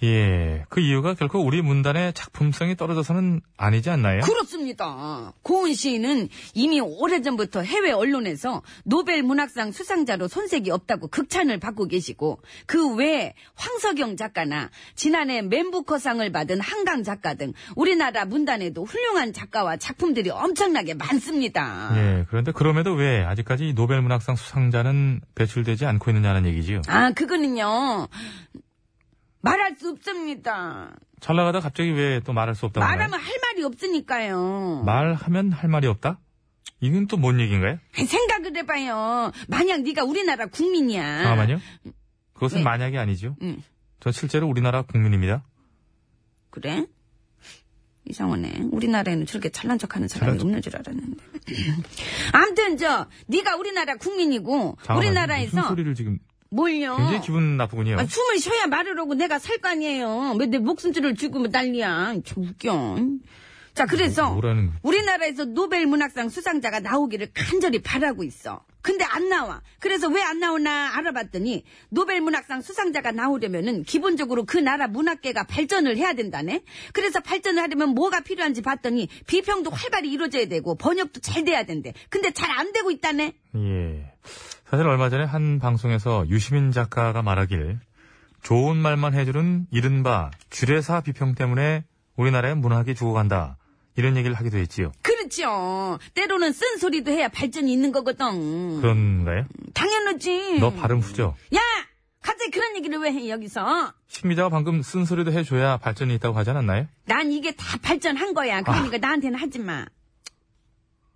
Speaker 3: 예, 그 이유가 결코 우리 문단의 작품성이 떨어져서는 아니지 않나요?
Speaker 2: 그렇습니다. 고은 시인은 이미 오래전부터 해외 언론에서 노벨 문학상 수상자로 손색이 없다고 극찬을 받고 계시고 그 외에 황석영 작가나 지난해 맨부커상을 받은 한강 작가 등 우리나라 문단에도 훌륭한 작가와 작품들이 엄청나게 많습니다.
Speaker 3: 예, 그런데 그럼에도 왜 아직까지 이 노벨문학상 수상자는 배출되지 않고 있느냐는 얘기지요.
Speaker 2: 아, 그거는요. 말할 수 없습니다.
Speaker 3: 잘 나가다 갑자기 왜 또 말할 수 없다고.
Speaker 2: 말하면 할 말이 없으니까요.
Speaker 3: 하나요? 말하면 할 말이 없다? 이건 또 뭔 얘기인가요?
Speaker 2: 생각을 해봐요. 만약 네가 우리나라 국민이야.
Speaker 3: 잠깐만요. 그것은
Speaker 2: 아. 네.
Speaker 3: 만약이 아니죠.
Speaker 2: 음.
Speaker 3: 전 실제로 우리나라 국민입니다.
Speaker 2: 그래? 이상하네. 우리나라에는 저렇게 잘난 척하는 사람이 없는 줄 알았는데. 암튼 저 네가 우리나라
Speaker 3: 잠깐만요.
Speaker 2: 국민이고
Speaker 3: 무슨
Speaker 2: 우리나라에서
Speaker 3: 소리를 지금
Speaker 2: 뭘요?
Speaker 3: 굉장히 기분 나쁘군요.
Speaker 2: 아, 숨을 쉬어야 말을 하고 내가 살 거 아니에요. 왜 내 목숨줄을 쥐고 뭐 난리야. 참 웃겨. 자, 그래서
Speaker 3: 뭐라는 거야?
Speaker 2: 우리나라에서 노벨 문학상 수상자가 나오기를 간절히 바라고 있어. 근데 안 나와. 그래서 왜 안 나오나 알아봤더니 노벨 문학상 수상자가 나오려면은 기본적으로 그 나라 문학계가 발전을 해야 된다네. 그래서 발전을 하려면 뭐가 필요한지 봤더니 비평도 활발히 이루어져야 되고 번역도 잘 돼야 된대. 근데 잘 안 되고 있다네.
Speaker 3: 예. 사실 얼마 전에 한 방송에서 유시민 작가가 말하길 좋은 말만 해주는 이른바 주례사 비평 때문에 우리나라의 문학이 죽어간다. 이런 얘기를 하기도 했지요.
Speaker 2: 그렇죠. 때로는 쓴소리도 해야 발전이 있는
Speaker 3: 그렇죠.
Speaker 2: 거거든.
Speaker 3: 그런가요?
Speaker 2: 당연하지.
Speaker 3: 너 발음 후죠?
Speaker 2: 야! 갑자기 그런 얘기를 왜 해, 여기서?
Speaker 3: 신미자가 방금 쓴소리도 해줘야 발전이 있다고 하지 않았나요?
Speaker 2: 난 이게 다 발전한 거야. 그러니까 나한테는 하지 마.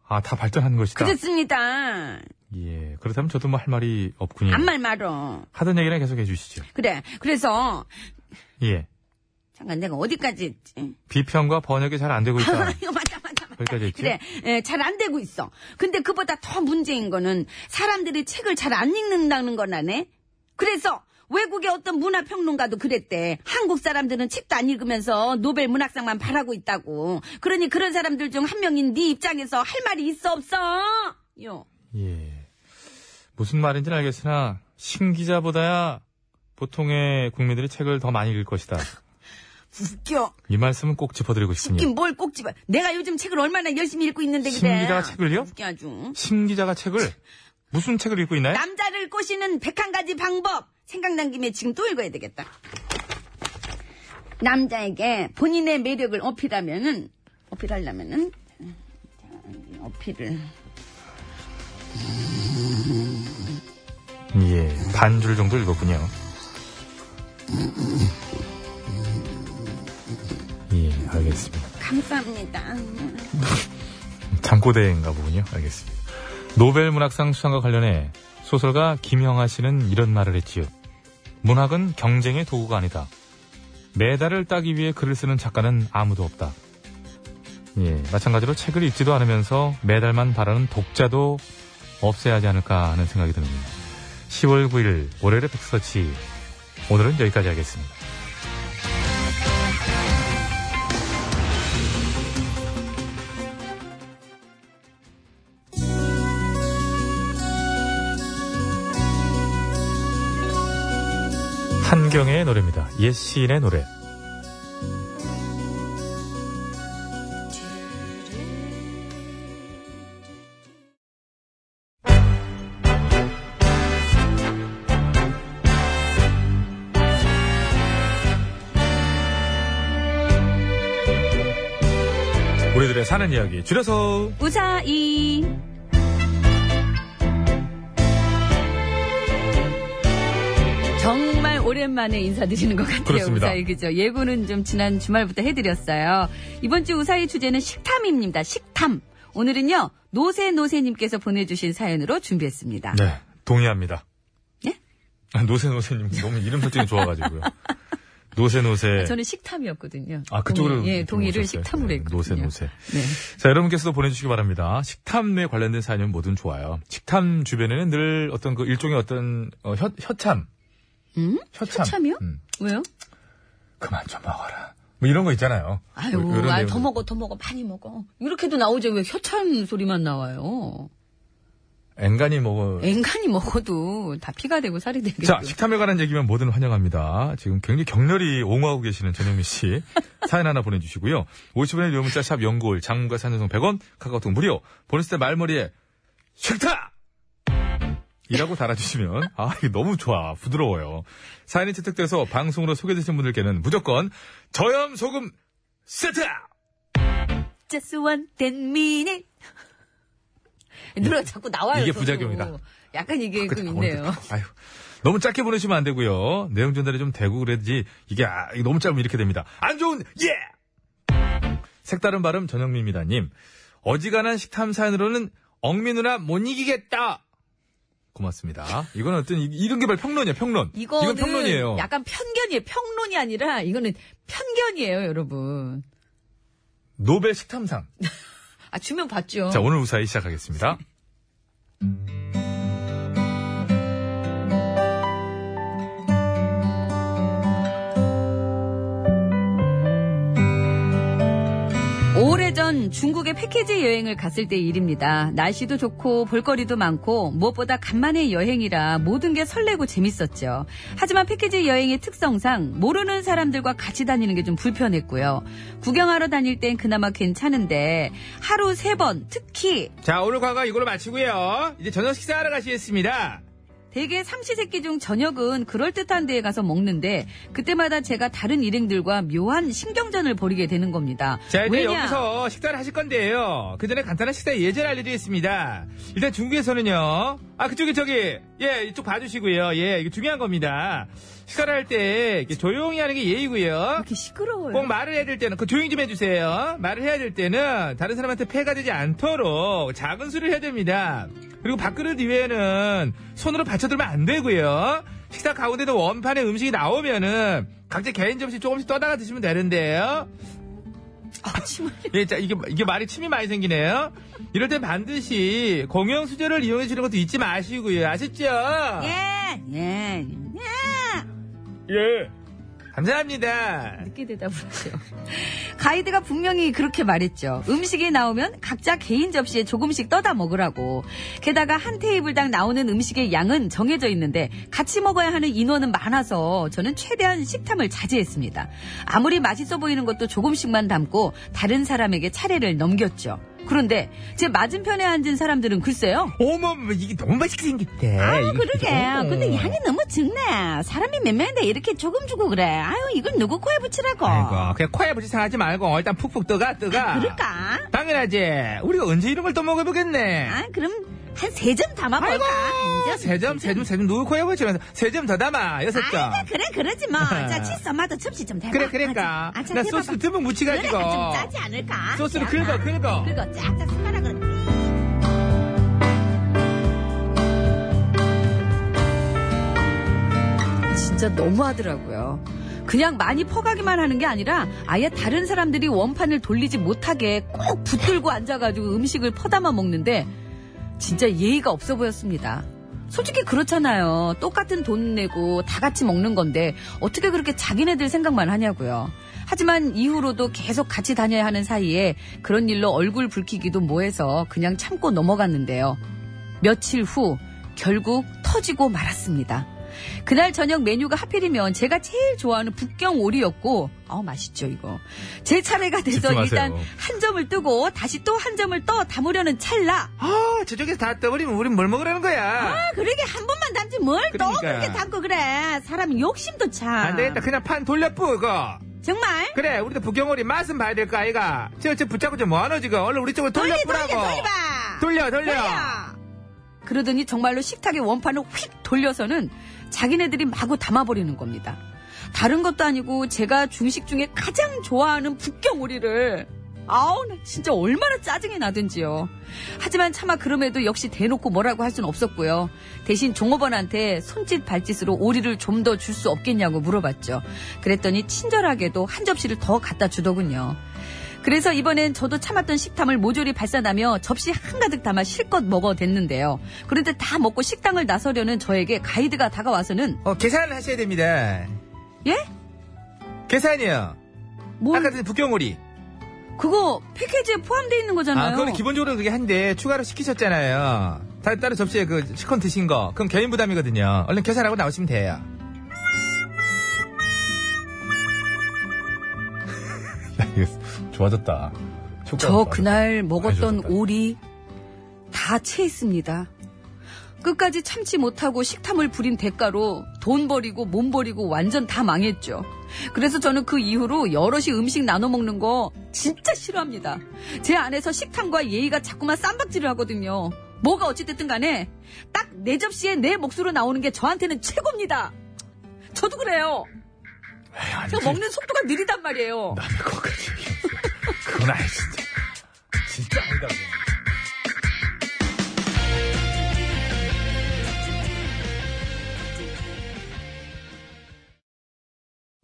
Speaker 3: 아, 다 발전한 것이다.
Speaker 2: 그렇습니다.
Speaker 3: 예. 그렇다면 저도 뭐 할 말이 없군요.
Speaker 2: 안 말 말어.
Speaker 3: 하던 얘기는 계속 해주시죠.
Speaker 2: 그래. 그래서,
Speaker 3: 예.
Speaker 2: 잠깐 내가 어디까지 했지?
Speaker 3: 비평과 번역이 잘 안 되고 있다.
Speaker 2: 이거 맞다, 맞다, 맞다.
Speaker 3: 거기까지 했지?
Speaker 2: 그래. 잘 안 되고 있어. 근데 그보다 더 문제인 거는 사람들이 책을 잘 안 읽는다는 거라네? 그래서, 외국의 어떤 문화평론가도 그랬대. 한국 사람들은 책도 안 읽으면서 노벨 문학상만 바라고 있다고. 그러니 그런 사람들 중 한 명인 네 입장에서 할 말이 있어 없어? 요.
Speaker 3: 예. 무슨 말인지는 알겠으나 신기자보다야 보통의 국민들이 책을 더 많이 읽을 것이다.
Speaker 2: 웃겨.
Speaker 3: 이 말씀은 꼭 짚어드리고 싶습니다.
Speaker 2: 웃긴 뭘 꼭 집어. 내가 요즘 책을 얼마나 열심히 읽고 있는데 그래.
Speaker 3: 신기자가 책을요?
Speaker 2: 웃겨 아주.
Speaker 3: 신기자가 책을 무슨 책을 읽고 있나요?
Speaker 2: 남자를 꼬시는 101가지 방법. 생각난 김에 지금 또 읽어야 되겠다. 남자에게 본인의 매력을 어필하면은, 어필하려면은, 자, 이 어필을.
Speaker 3: 예, 반 줄 정도 읽었군요. 예, 알겠습니다.
Speaker 2: 감사합니다.
Speaker 3: 잠꼬대인가 보군요. 알겠습니다. 노벨 문학상 수상과 관련해 소설가 김영하 씨는 이런 말을 했지요. 문학은 경쟁의 도구가 아니다. 메달을 따기 위해 글을 쓰는 작가는 아무도 없다. 예, 마찬가지로 책을 읽지도 않으면서 메달만 바라는 독자도 없애야 하지 않을까 하는 생각이 듭니다. 10월 9일 월요일의 백서치 오늘은 여기까지 하겠습니다. 한경의 노래입니다. 옛 시인의 노래. 우리들의 사는 이야기 줄여서
Speaker 2: 우사이. 정말 오랜만에 인사드리는 것 같아요.
Speaker 3: 그렇습니다.
Speaker 2: 우사이 그죠? 예고는 좀 지난 주말부터 해드렸어요. 이번 주 우사이 주제는 식탐입니다. 식탐. 오늘은요 노세 노세님께서 보내주신 사연으로 준비했습니다.
Speaker 3: 네, 동의합니다.
Speaker 2: 예?
Speaker 3: 아, 노세 노세님 너무 이름 설정이 좋아가지고요. 노세 노세.
Speaker 2: 저는 식탐이었거든요.
Speaker 3: 네. 아 그쪽으로
Speaker 2: 동의, 예, 동의를
Speaker 3: 오셨어요.
Speaker 2: 식탐으로
Speaker 3: 네,
Speaker 2: 했거든요.
Speaker 3: 노세 노세.
Speaker 2: 네.
Speaker 3: 자 여러분께서도 보내주시기 바랍니다. 식탐에 관련된 사연은 뭐든 좋아요. 식탐 주변에는 늘 어떤 그 일종의 어떤 어, 혀, 혀참.
Speaker 2: 음?
Speaker 3: 혀참.
Speaker 2: 혀참이요?
Speaker 3: 음,
Speaker 2: 왜요?
Speaker 3: 그만 좀 먹어라. 뭐 이런 거 있잖아요.
Speaker 2: 아유,
Speaker 3: 뭐 이런
Speaker 2: 아유
Speaker 3: 내용들.
Speaker 2: 더 먹어, 더 먹어, 많이 먹어. 이렇게도 나오죠. 왜 혀찬 소리만 나와요?
Speaker 3: 앵간히 뭐 먹어.
Speaker 2: 앵간히 먹어도 다 피가 되고 살이 되겠죠.
Speaker 3: 자, 식탐에 관한 얘기면 뭐든 환영합니다. 지금 굉장히 격렬히 옹호하고 계시는 전영미 씨 사연 하나 보내주시고요. 50원의 유료 문자 샵 연골, 장문과 산전송 100원, 카카오톡 무료. 보냈을 때 말머리에 식타! 이라고 달아주시면 아 이게 너무 좋아 부드러워요. 사연이 채택돼서 방송으로 소개되신 분들께는 무조건 저염 소금 세트!
Speaker 2: Just one ten minute. 노래가 네, 자꾸 나와요.
Speaker 3: 이게
Speaker 2: 저도.
Speaker 3: 부작용이다. 아, 그
Speaker 2: 약간 이게 좀
Speaker 3: 그러니까 오늘
Speaker 2: 그 있네요.
Speaker 3: 아유, 너무 짧게 보내시면 안 되고요. 내용 전달이 좀 되고 그래야지 이게 아, 이게 너무 짧으면 이렇게 됩니다. 안 좋은 예. 색다른 발음 전영미입니다님. 어지간한 식탐 사연으로는 억미 누나 못 이기겠다.
Speaker 12: 고맙습니다. 이건 어떤, 이- 이런 게 바로 평론이야, 평론.
Speaker 2: 이거는
Speaker 12: 건 평론이에요.
Speaker 2: 약간 편견이에요. 평론이 아니라 이거는 편견이에요, 여러분.
Speaker 12: 노벨 식탐상.
Speaker 2: 아 주면 봤죠.
Speaker 12: 자, 오늘 우사히 시작하겠습니다.
Speaker 2: 오래전 중국에 패키지 여행을 갔을 때 일입니다. 날씨도 좋고 볼거리도 많고 무엇보다 간만에 여행이라 모든 게 설레고 재밌었죠. 하지만 패키지 여행의 특성상 모르는 사람들과 같이 다니는 게 좀 불편했고요. 구경하러 다닐 땐 그나마 괜찮은데 하루 세 번 특히
Speaker 3: 자, 오늘 과거 이걸로 마치고요. 이제 저녁 식사하러 가시겠습니다.
Speaker 2: 대개 삼시세끼 중 저녁은 그럴듯한 데에 가서 먹는데 그때마다 제가 다른 일행들과 묘한 신경전을 벌이게 되는 겁니다.
Speaker 3: 자, 이제
Speaker 2: 왜냐?
Speaker 3: 여기서 식사를 하실 건데요. 그 전에 간단한 식사 예제를 알려드리겠습니다. 일단 중국에서는요. 아, 그쪽에 저기, 예, 이쪽 봐주시고요. 예, 이게 중요한 겁니다. 식사를 할 때 조용히 하는 게 예의고요.
Speaker 2: 이렇게 시끄러워요.
Speaker 3: 꼭 말을 해야 될 때는, 그 조용히 좀 해주세요. 말을 해야 될 때는 다른 사람한테 폐가 되지 않도록 작은 소리를 해야 됩니다. 그리고 밥그릇 이외에는 손으로 받쳐들면 안 되고요. 식사 가운데도 원판에 음식이 나오면은 각자 개인 점심 조금씩 떠다가 드시면 되는데요.
Speaker 2: 아침을
Speaker 3: 예, 자, 이게, 이게 말이 침이 많이 생기네요. 이럴 땐 반드시 공용 수저를 이용해 주는 것도 잊지 마시고요. 아셨죠?
Speaker 2: 예, 예, 예.
Speaker 12: 예.
Speaker 3: 감사합니다.
Speaker 2: 늦게 대답하죠. 가이드가 분명히 그렇게 말했죠. 음식이 나오면 각자 개인 접시에 조금씩 떠다 먹으라고. 게다가 한 테이블당 나오는 음식의 양은 정해져 있는데 같이 먹어야 하는 인원은 많아서 저는 최대한 식탐을 자제했습니다. 아무리 맛있어 보이는 것도 조금씩만 담고 다른 사람에게 차례를 넘겼죠. 그런데 제 맞은편에 앉은 사람들은 글쎄요.
Speaker 3: 어머, 어머, 이게 너무 맛있게 생겼대.
Speaker 2: 아,
Speaker 3: 이거
Speaker 2: 그러게.
Speaker 3: 진짜.
Speaker 2: 근데 양이 너무 적네. 사람이 몇 명인데 이렇게 조금 주고 그래. 아유, 이걸 누구 코에 붙이라고.
Speaker 3: 아이고, 그냥 코에 부지상하지 말고 일단 푹푹 떠가, 떠가.
Speaker 2: 아, 그럴까?
Speaker 3: 당연하지. 우리가 언제 이런 걸 또 먹어보겠네.
Speaker 2: 아, 그럼 한 세 점
Speaker 3: 아이고,
Speaker 2: 담아볼까? 앉아서.
Speaker 3: 세 점, 세 점, 세 점, 누구 코에 붙이면서 세 점 더 담아, 여섯 점.
Speaker 2: 아이고, 그래, 그러지 뭐. 자, 칠수 엄마도 첩시 좀 대봐.
Speaker 3: 그래, 그러니까.
Speaker 2: 아, 자,
Speaker 3: 나
Speaker 2: 대봐봐.
Speaker 3: 소스 듬뿍 묻혀가지고.
Speaker 2: 그래, 좀 짜지 않을까?
Speaker 3: 소스를
Speaker 2: 자,
Speaker 3: 긁어, 긁어.
Speaker 2: 긁어, 쫙쫙 숟가락으로. 진짜 너무하더라고요. 그냥 많이 퍼가기만 하는 게 아니라 아예 다른 사람들이 원판을 돌리지 못하게 꼭 붙들고 앉아가지고 음식을 퍼담아 먹는데 진짜 예의가 없어 보였습니다. 솔직히 그렇잖아요. 똑같은 돈 내고 다 같이 먹는 건데 어떻게 그렇게 자기네들 생각만 하냐고요. 하지만 이후로도 계속 같이 다녀야 하는 사이에 그런 일로 얼굴 붉히기도 뭐해서 그냥 참고 넘어갔는데요. 며칠 후 결국 터지고 말았습니다. 그날 저녁 메뉴가 하필이면 제가 제일 좋아하는 북경 오리였고, 어 맛있죠 이거. 제 차례가 돼서
Speaker 12: 집중하세요.
Speaker 2: 일단 한 점을 뜨고 다시 또 한 점을 떠 담으려는 찰나.
Speaker 3: 아, 저쪽에서 다 떠버리면 우린 뭘 먹으라는 거야.
Speaker 2: 아, 그러게 한 번만 담지 뭘 또
Speaker 3: 그러니까.
Speaker 2: 그렇게 담고 그래. 사람 욕심도 참.
Speaker 3: 안 되겠다. 그냥 판 돌려뿌, 그거.
Speaker 2: 정말?
Speaker 3: 그래, 우리도 북경오리 맛은 봐야 될 거 아이가. 저, 저 붙잡고 좀 뭐하노, 지금. 얼른 우리 쪽으로
Speaker 2: 돌리
Speaker 3: 돌려뿌라고.
Speaker 2: 돌려 돌려봐.
Speaker 3: 돌려, 돌려.
Speaker 2: 그러더니 정말로 식탁의 원판을 휙 돌려서는 자기네들이 마구 담아버리는 겁니다. 다른 것도 아니고 제가 중식 중에 가장 좋아하는 북경 오리를 아우 나 진짜 얼마나 짜증이 나든지요. 하지만 차마 그럼에도 역시 대놓고 뭐라고 할 순 없었고요. 대신 종업원한테 손짓 발짓으로 오리를 좀 더 줄 수 없겠냐고 물어봤죠. 그랬더니 친절하게도 한 접시를 더 갖다 주더군요. 그래서 이번엔 저도 참았던 식탐을 모조리 발산하며 접시 한가득 담아 실컷 먹어댔는데요. 그런데 다 먹고 식당을 나서려는 저에게 가이드가 다가와서는
Speaker 3: 어, 계산을 하셔야 됩니다.
Speaker 2: 예?
Speaker 3: 계산이요.
Speaker 2: 뭘
Speaker 3: 아까 그 전에 북경오리.
Speaker 2: 그거 패키지에 포함되어 있는 거잖아요.
Speaker 3: 아, 그거는 기본적으로 그게 한데 추가로 시키셨잖아요. 다, 따로 접시에 그 시컨 드신 거. 그럼 개인 부담이거든요. 얼른 계산하고 나오시면 돼요.
Speaker 12: 좋아졌다. 효과가
Speaker 2: 저
Speaker 12: 좋아졌다.
Speaker 2: 그날 먹었던
Speaker 12: 좋았다.
Speaker 2: 오리 다 체했습니다. 끝까지 참지 못하고 식탐을 부린 대가로 돈 버리고 몸 버리고 완전 다 망했죠. 그래서 저는 그 이후로 여럿이 음식 나눠 먹는 거 진짜 싫어합니다. 제 안에서 식탐과 예의가 자꾸만 쌈박질을 하거든요. 뭐가 어찌됐든 간에 딱 내 접시에 내 몫으로 나오는 게 저한테는 최고입니다. 저도 그래요. 저 먹는 속도가 느리단 말이에요.
Speaker 12: 남의 것까지 얘기했어. 그건 아니 진짜. 진짜 아니다. 그건.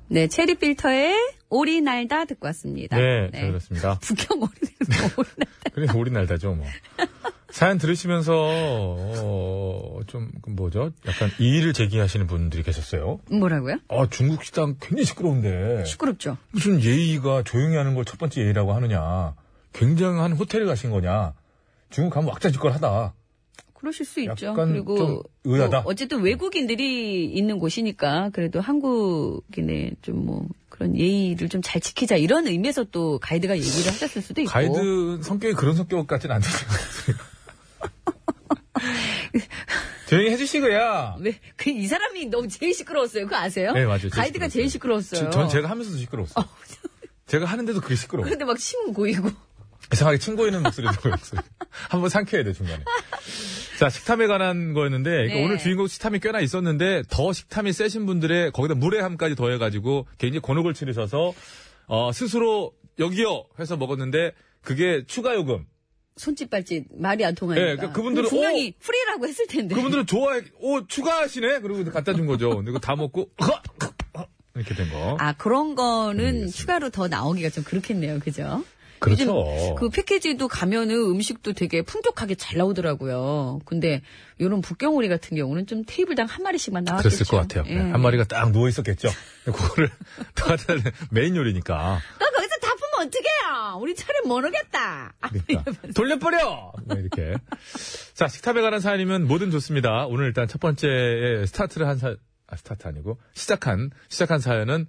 Speaker 13: 좀
Speaker 2: 네, 체리 필터의 오리 날다 듣고 왔습니다.
Speaker 3: 네, 잘 들었습니다.
Speaker 2: 북경 오리는 뭐 오리 날다.
Speaker 3: 그래서 우리 날다죠, 뭐. 사연 들으시면서, 어, 좀, 그 뭐죠? 약간 이의를 제기하시는 분들이 계셨어요.
Speaker 2: 뭐라고요?
Speaker 3: 아, 중국 식당 굉장히 시끄러운데.
Speaker 2: 시끄럽죠.
Speaker 3: 무슨 예의가 조용히 하는 걸 첫 번째 예의라고 하느냐. 굉장한 호텔에 가신 거냐. 중국 가면 왁자지껄 하다.
Speaker 2: 그러실 수 있죠.
Speaker 3: 약간
Speaker 2: 그리고
Speaker 3: 좀 의아하다.
Speaker 2: 뭐 어쨌든 외국인들이 있는 곳이니까 그래도 한국인의 좀 뭐 그런 예의를 좀 잘 지키자 이런 의미에서 또 가이드가 얘기를 하셨을 수도 있고.
Speaker 3: 가이드 성격이 그런 성격 같진 않은 것 같아요. 조용히 해주시고요.
Speaker 2: 왜그이 사람이 너무 제일 시끄러웠어요. 그거 아세요?
Speaker 3: 네, 맞아요. 제일
Speaker 2: 가이드가 제일 시끄러웠어요.
Speaker 3: 저- 전 제가 하면서도 시끄러웠어요. 제가 하는데도 그게 시끄러워.
Speaker 2: 근데 막 심 고이고.
Speaker 3: 이상하게 친구이는 목소리도 보였어요. 한번 상쾌해야 돼, 중간에. 자, 식탐에 관한 거였는데, 그러니까
Speaker 2: 네.
Speaker 3: 오늘 주인공 식탐이 꽤나 있었는데, 더 식탐이 세신 분들의 거기다 무례함까지 더해가지고, 굉장히 곤혹을 치르셔서, 어, 스스로 여기요! 해서 먹었는데, 그게 추가 요금.
Speaker 2: 손짓 발짓 말이 안 통하니까.
Speaker 3: 예, 그러니까 그분들은
Speaker 2: 근데 분명히 프리라고 했을 텐데.
Speaker 3: 그분들은 좋아해, 오, 추가하시네? 그리고 갖다 준 거죠. 근데 이거 다 먹고, 이렇게 된 거.
Speaker 2: 아 그런 거는
Speaker 3: 알겠습니다.
Speaker 2: 추가로 더 나오기가 좀 그렇겠네요. 그죠?
Speaker 3: 음. 그렇죠.
Speaker 2: 요즘 그 패키지도 가면은 음식도 되게 풍족하게 잘 나오더라고요. 근데 요런 북경오리 같은 경우는 좀 테이블당 한 마리씩만 나왔겠죠.
Speaker 3: 그랬을 것 같아요.
Speaker 2: 예.
Speaker 3: 네, 한 마리가 딱 누워 있었겠죠. 그거를 다 갖다 내- 메인 요리니까.
Speaker 2: 너 거기서 다 품면 어떡해요? 우리 차례 모르겠다. 아,
Speaker 3: 그러니까 돌려버려! 뭐 이렇게. 자, 식탑에 관한 사연이면 뭐든 좋습니다. 오늘 일단 첫 번째에 스타트를 한 사, 아, 스타트 아니고, 시작한, 시작한 사연은,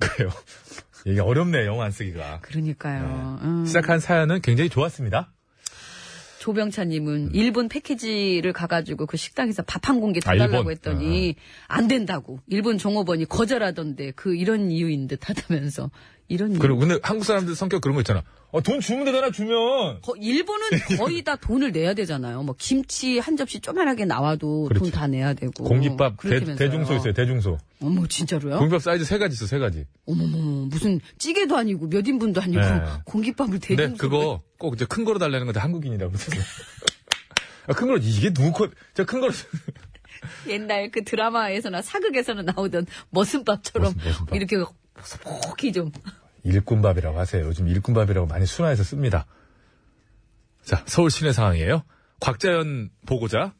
Speaker 3: 그래요. 이게 어렵네, 영어 안 쓰기가.
Speaker 2: 그러니까요. 음.
Speaker 3: 시작한 네. 사연은 굉장히 좋았습니다.
Speaker 2: 조병찬님은 일본 패키지를 가가지고 그 식당에서 밥 한 공기
Speaker 3: 음.
Speaker 2: 더
Speaker 3: 아, 일본.
Speaker 2: 달라고 했더니 안 된다고 일본 종업원이 거절하던데 그 이런 이유인 듯 하다면서 이런 이유.
Speaker 3: 그리고 근데 한국 사람들 성격 그런 거 있잖아. 어, 돈 주면 되잖아, 주면!
Speaker 2: 거- 일본은 거의 다 돈을 내야 되잖아요. 뭐 김치 한 접시 조만하게 나와도
Speaker 3: 그렇지.
Speaker 2: 돈 다 내야 되고.
Speaker 3: 그렇죠. 공깃밥 대,
Speaker 2: 그렇다면서요.
Speaker 3: 대중소 있어요, 대중소.
Speaker 2: 어머 진짜로요?
Speaker 3: 공깃밥 사이즈 세 가지 있어, 세 가지.
Speaker 2: 어머머 무슨 찌개도 아니고 몇 인분도 아니고
Speaker 3: 네.
Speaker 2: 공깃밥을 대중소.
Speaker 3: 근데 그거 꼭 이제 큰 거로 달라는 건데 한국인이라고 그러더라고요. 아, 큰 거로 이게 누구 컷? 저큰 거로
Speaker 2: 옛날 그 드라마에서나 사극에서나 나오던 머슴밥처럼
Speaker 3: 머슴, 머슴밥.
Speaker 2: 이렇게 소복히 좀.
Speaker 3: 일꾼밥이라고 하세요. 요즘 일꾼밥이라고 많이 순화해서 씁니다. 자, 서울 시내 상황이에요. 곽자연 보고자.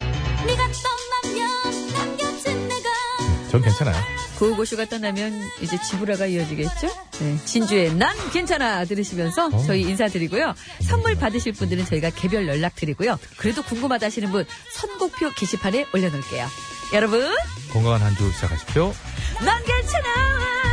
Speaker 11: 네가 떠나면 남겨진 내가
Speaker 3: 전 괜찮아요.
Speaker 2: 고고쇼가 떠나면 이제 지브라가 이어지겠죠? 네. 진주의 난 괜찮아 들으시면서 저희 인사드리고요. 선물 받으실 분들은 저희가 개별 연락 드리고요. 그래도 궁금하다 하시는 분 선곡표 게시판에 올려놓을게요. 여러분,
Speaker 3: 건강한 한 주 시작하십시오.
Speaker 2: 난 괜찮아!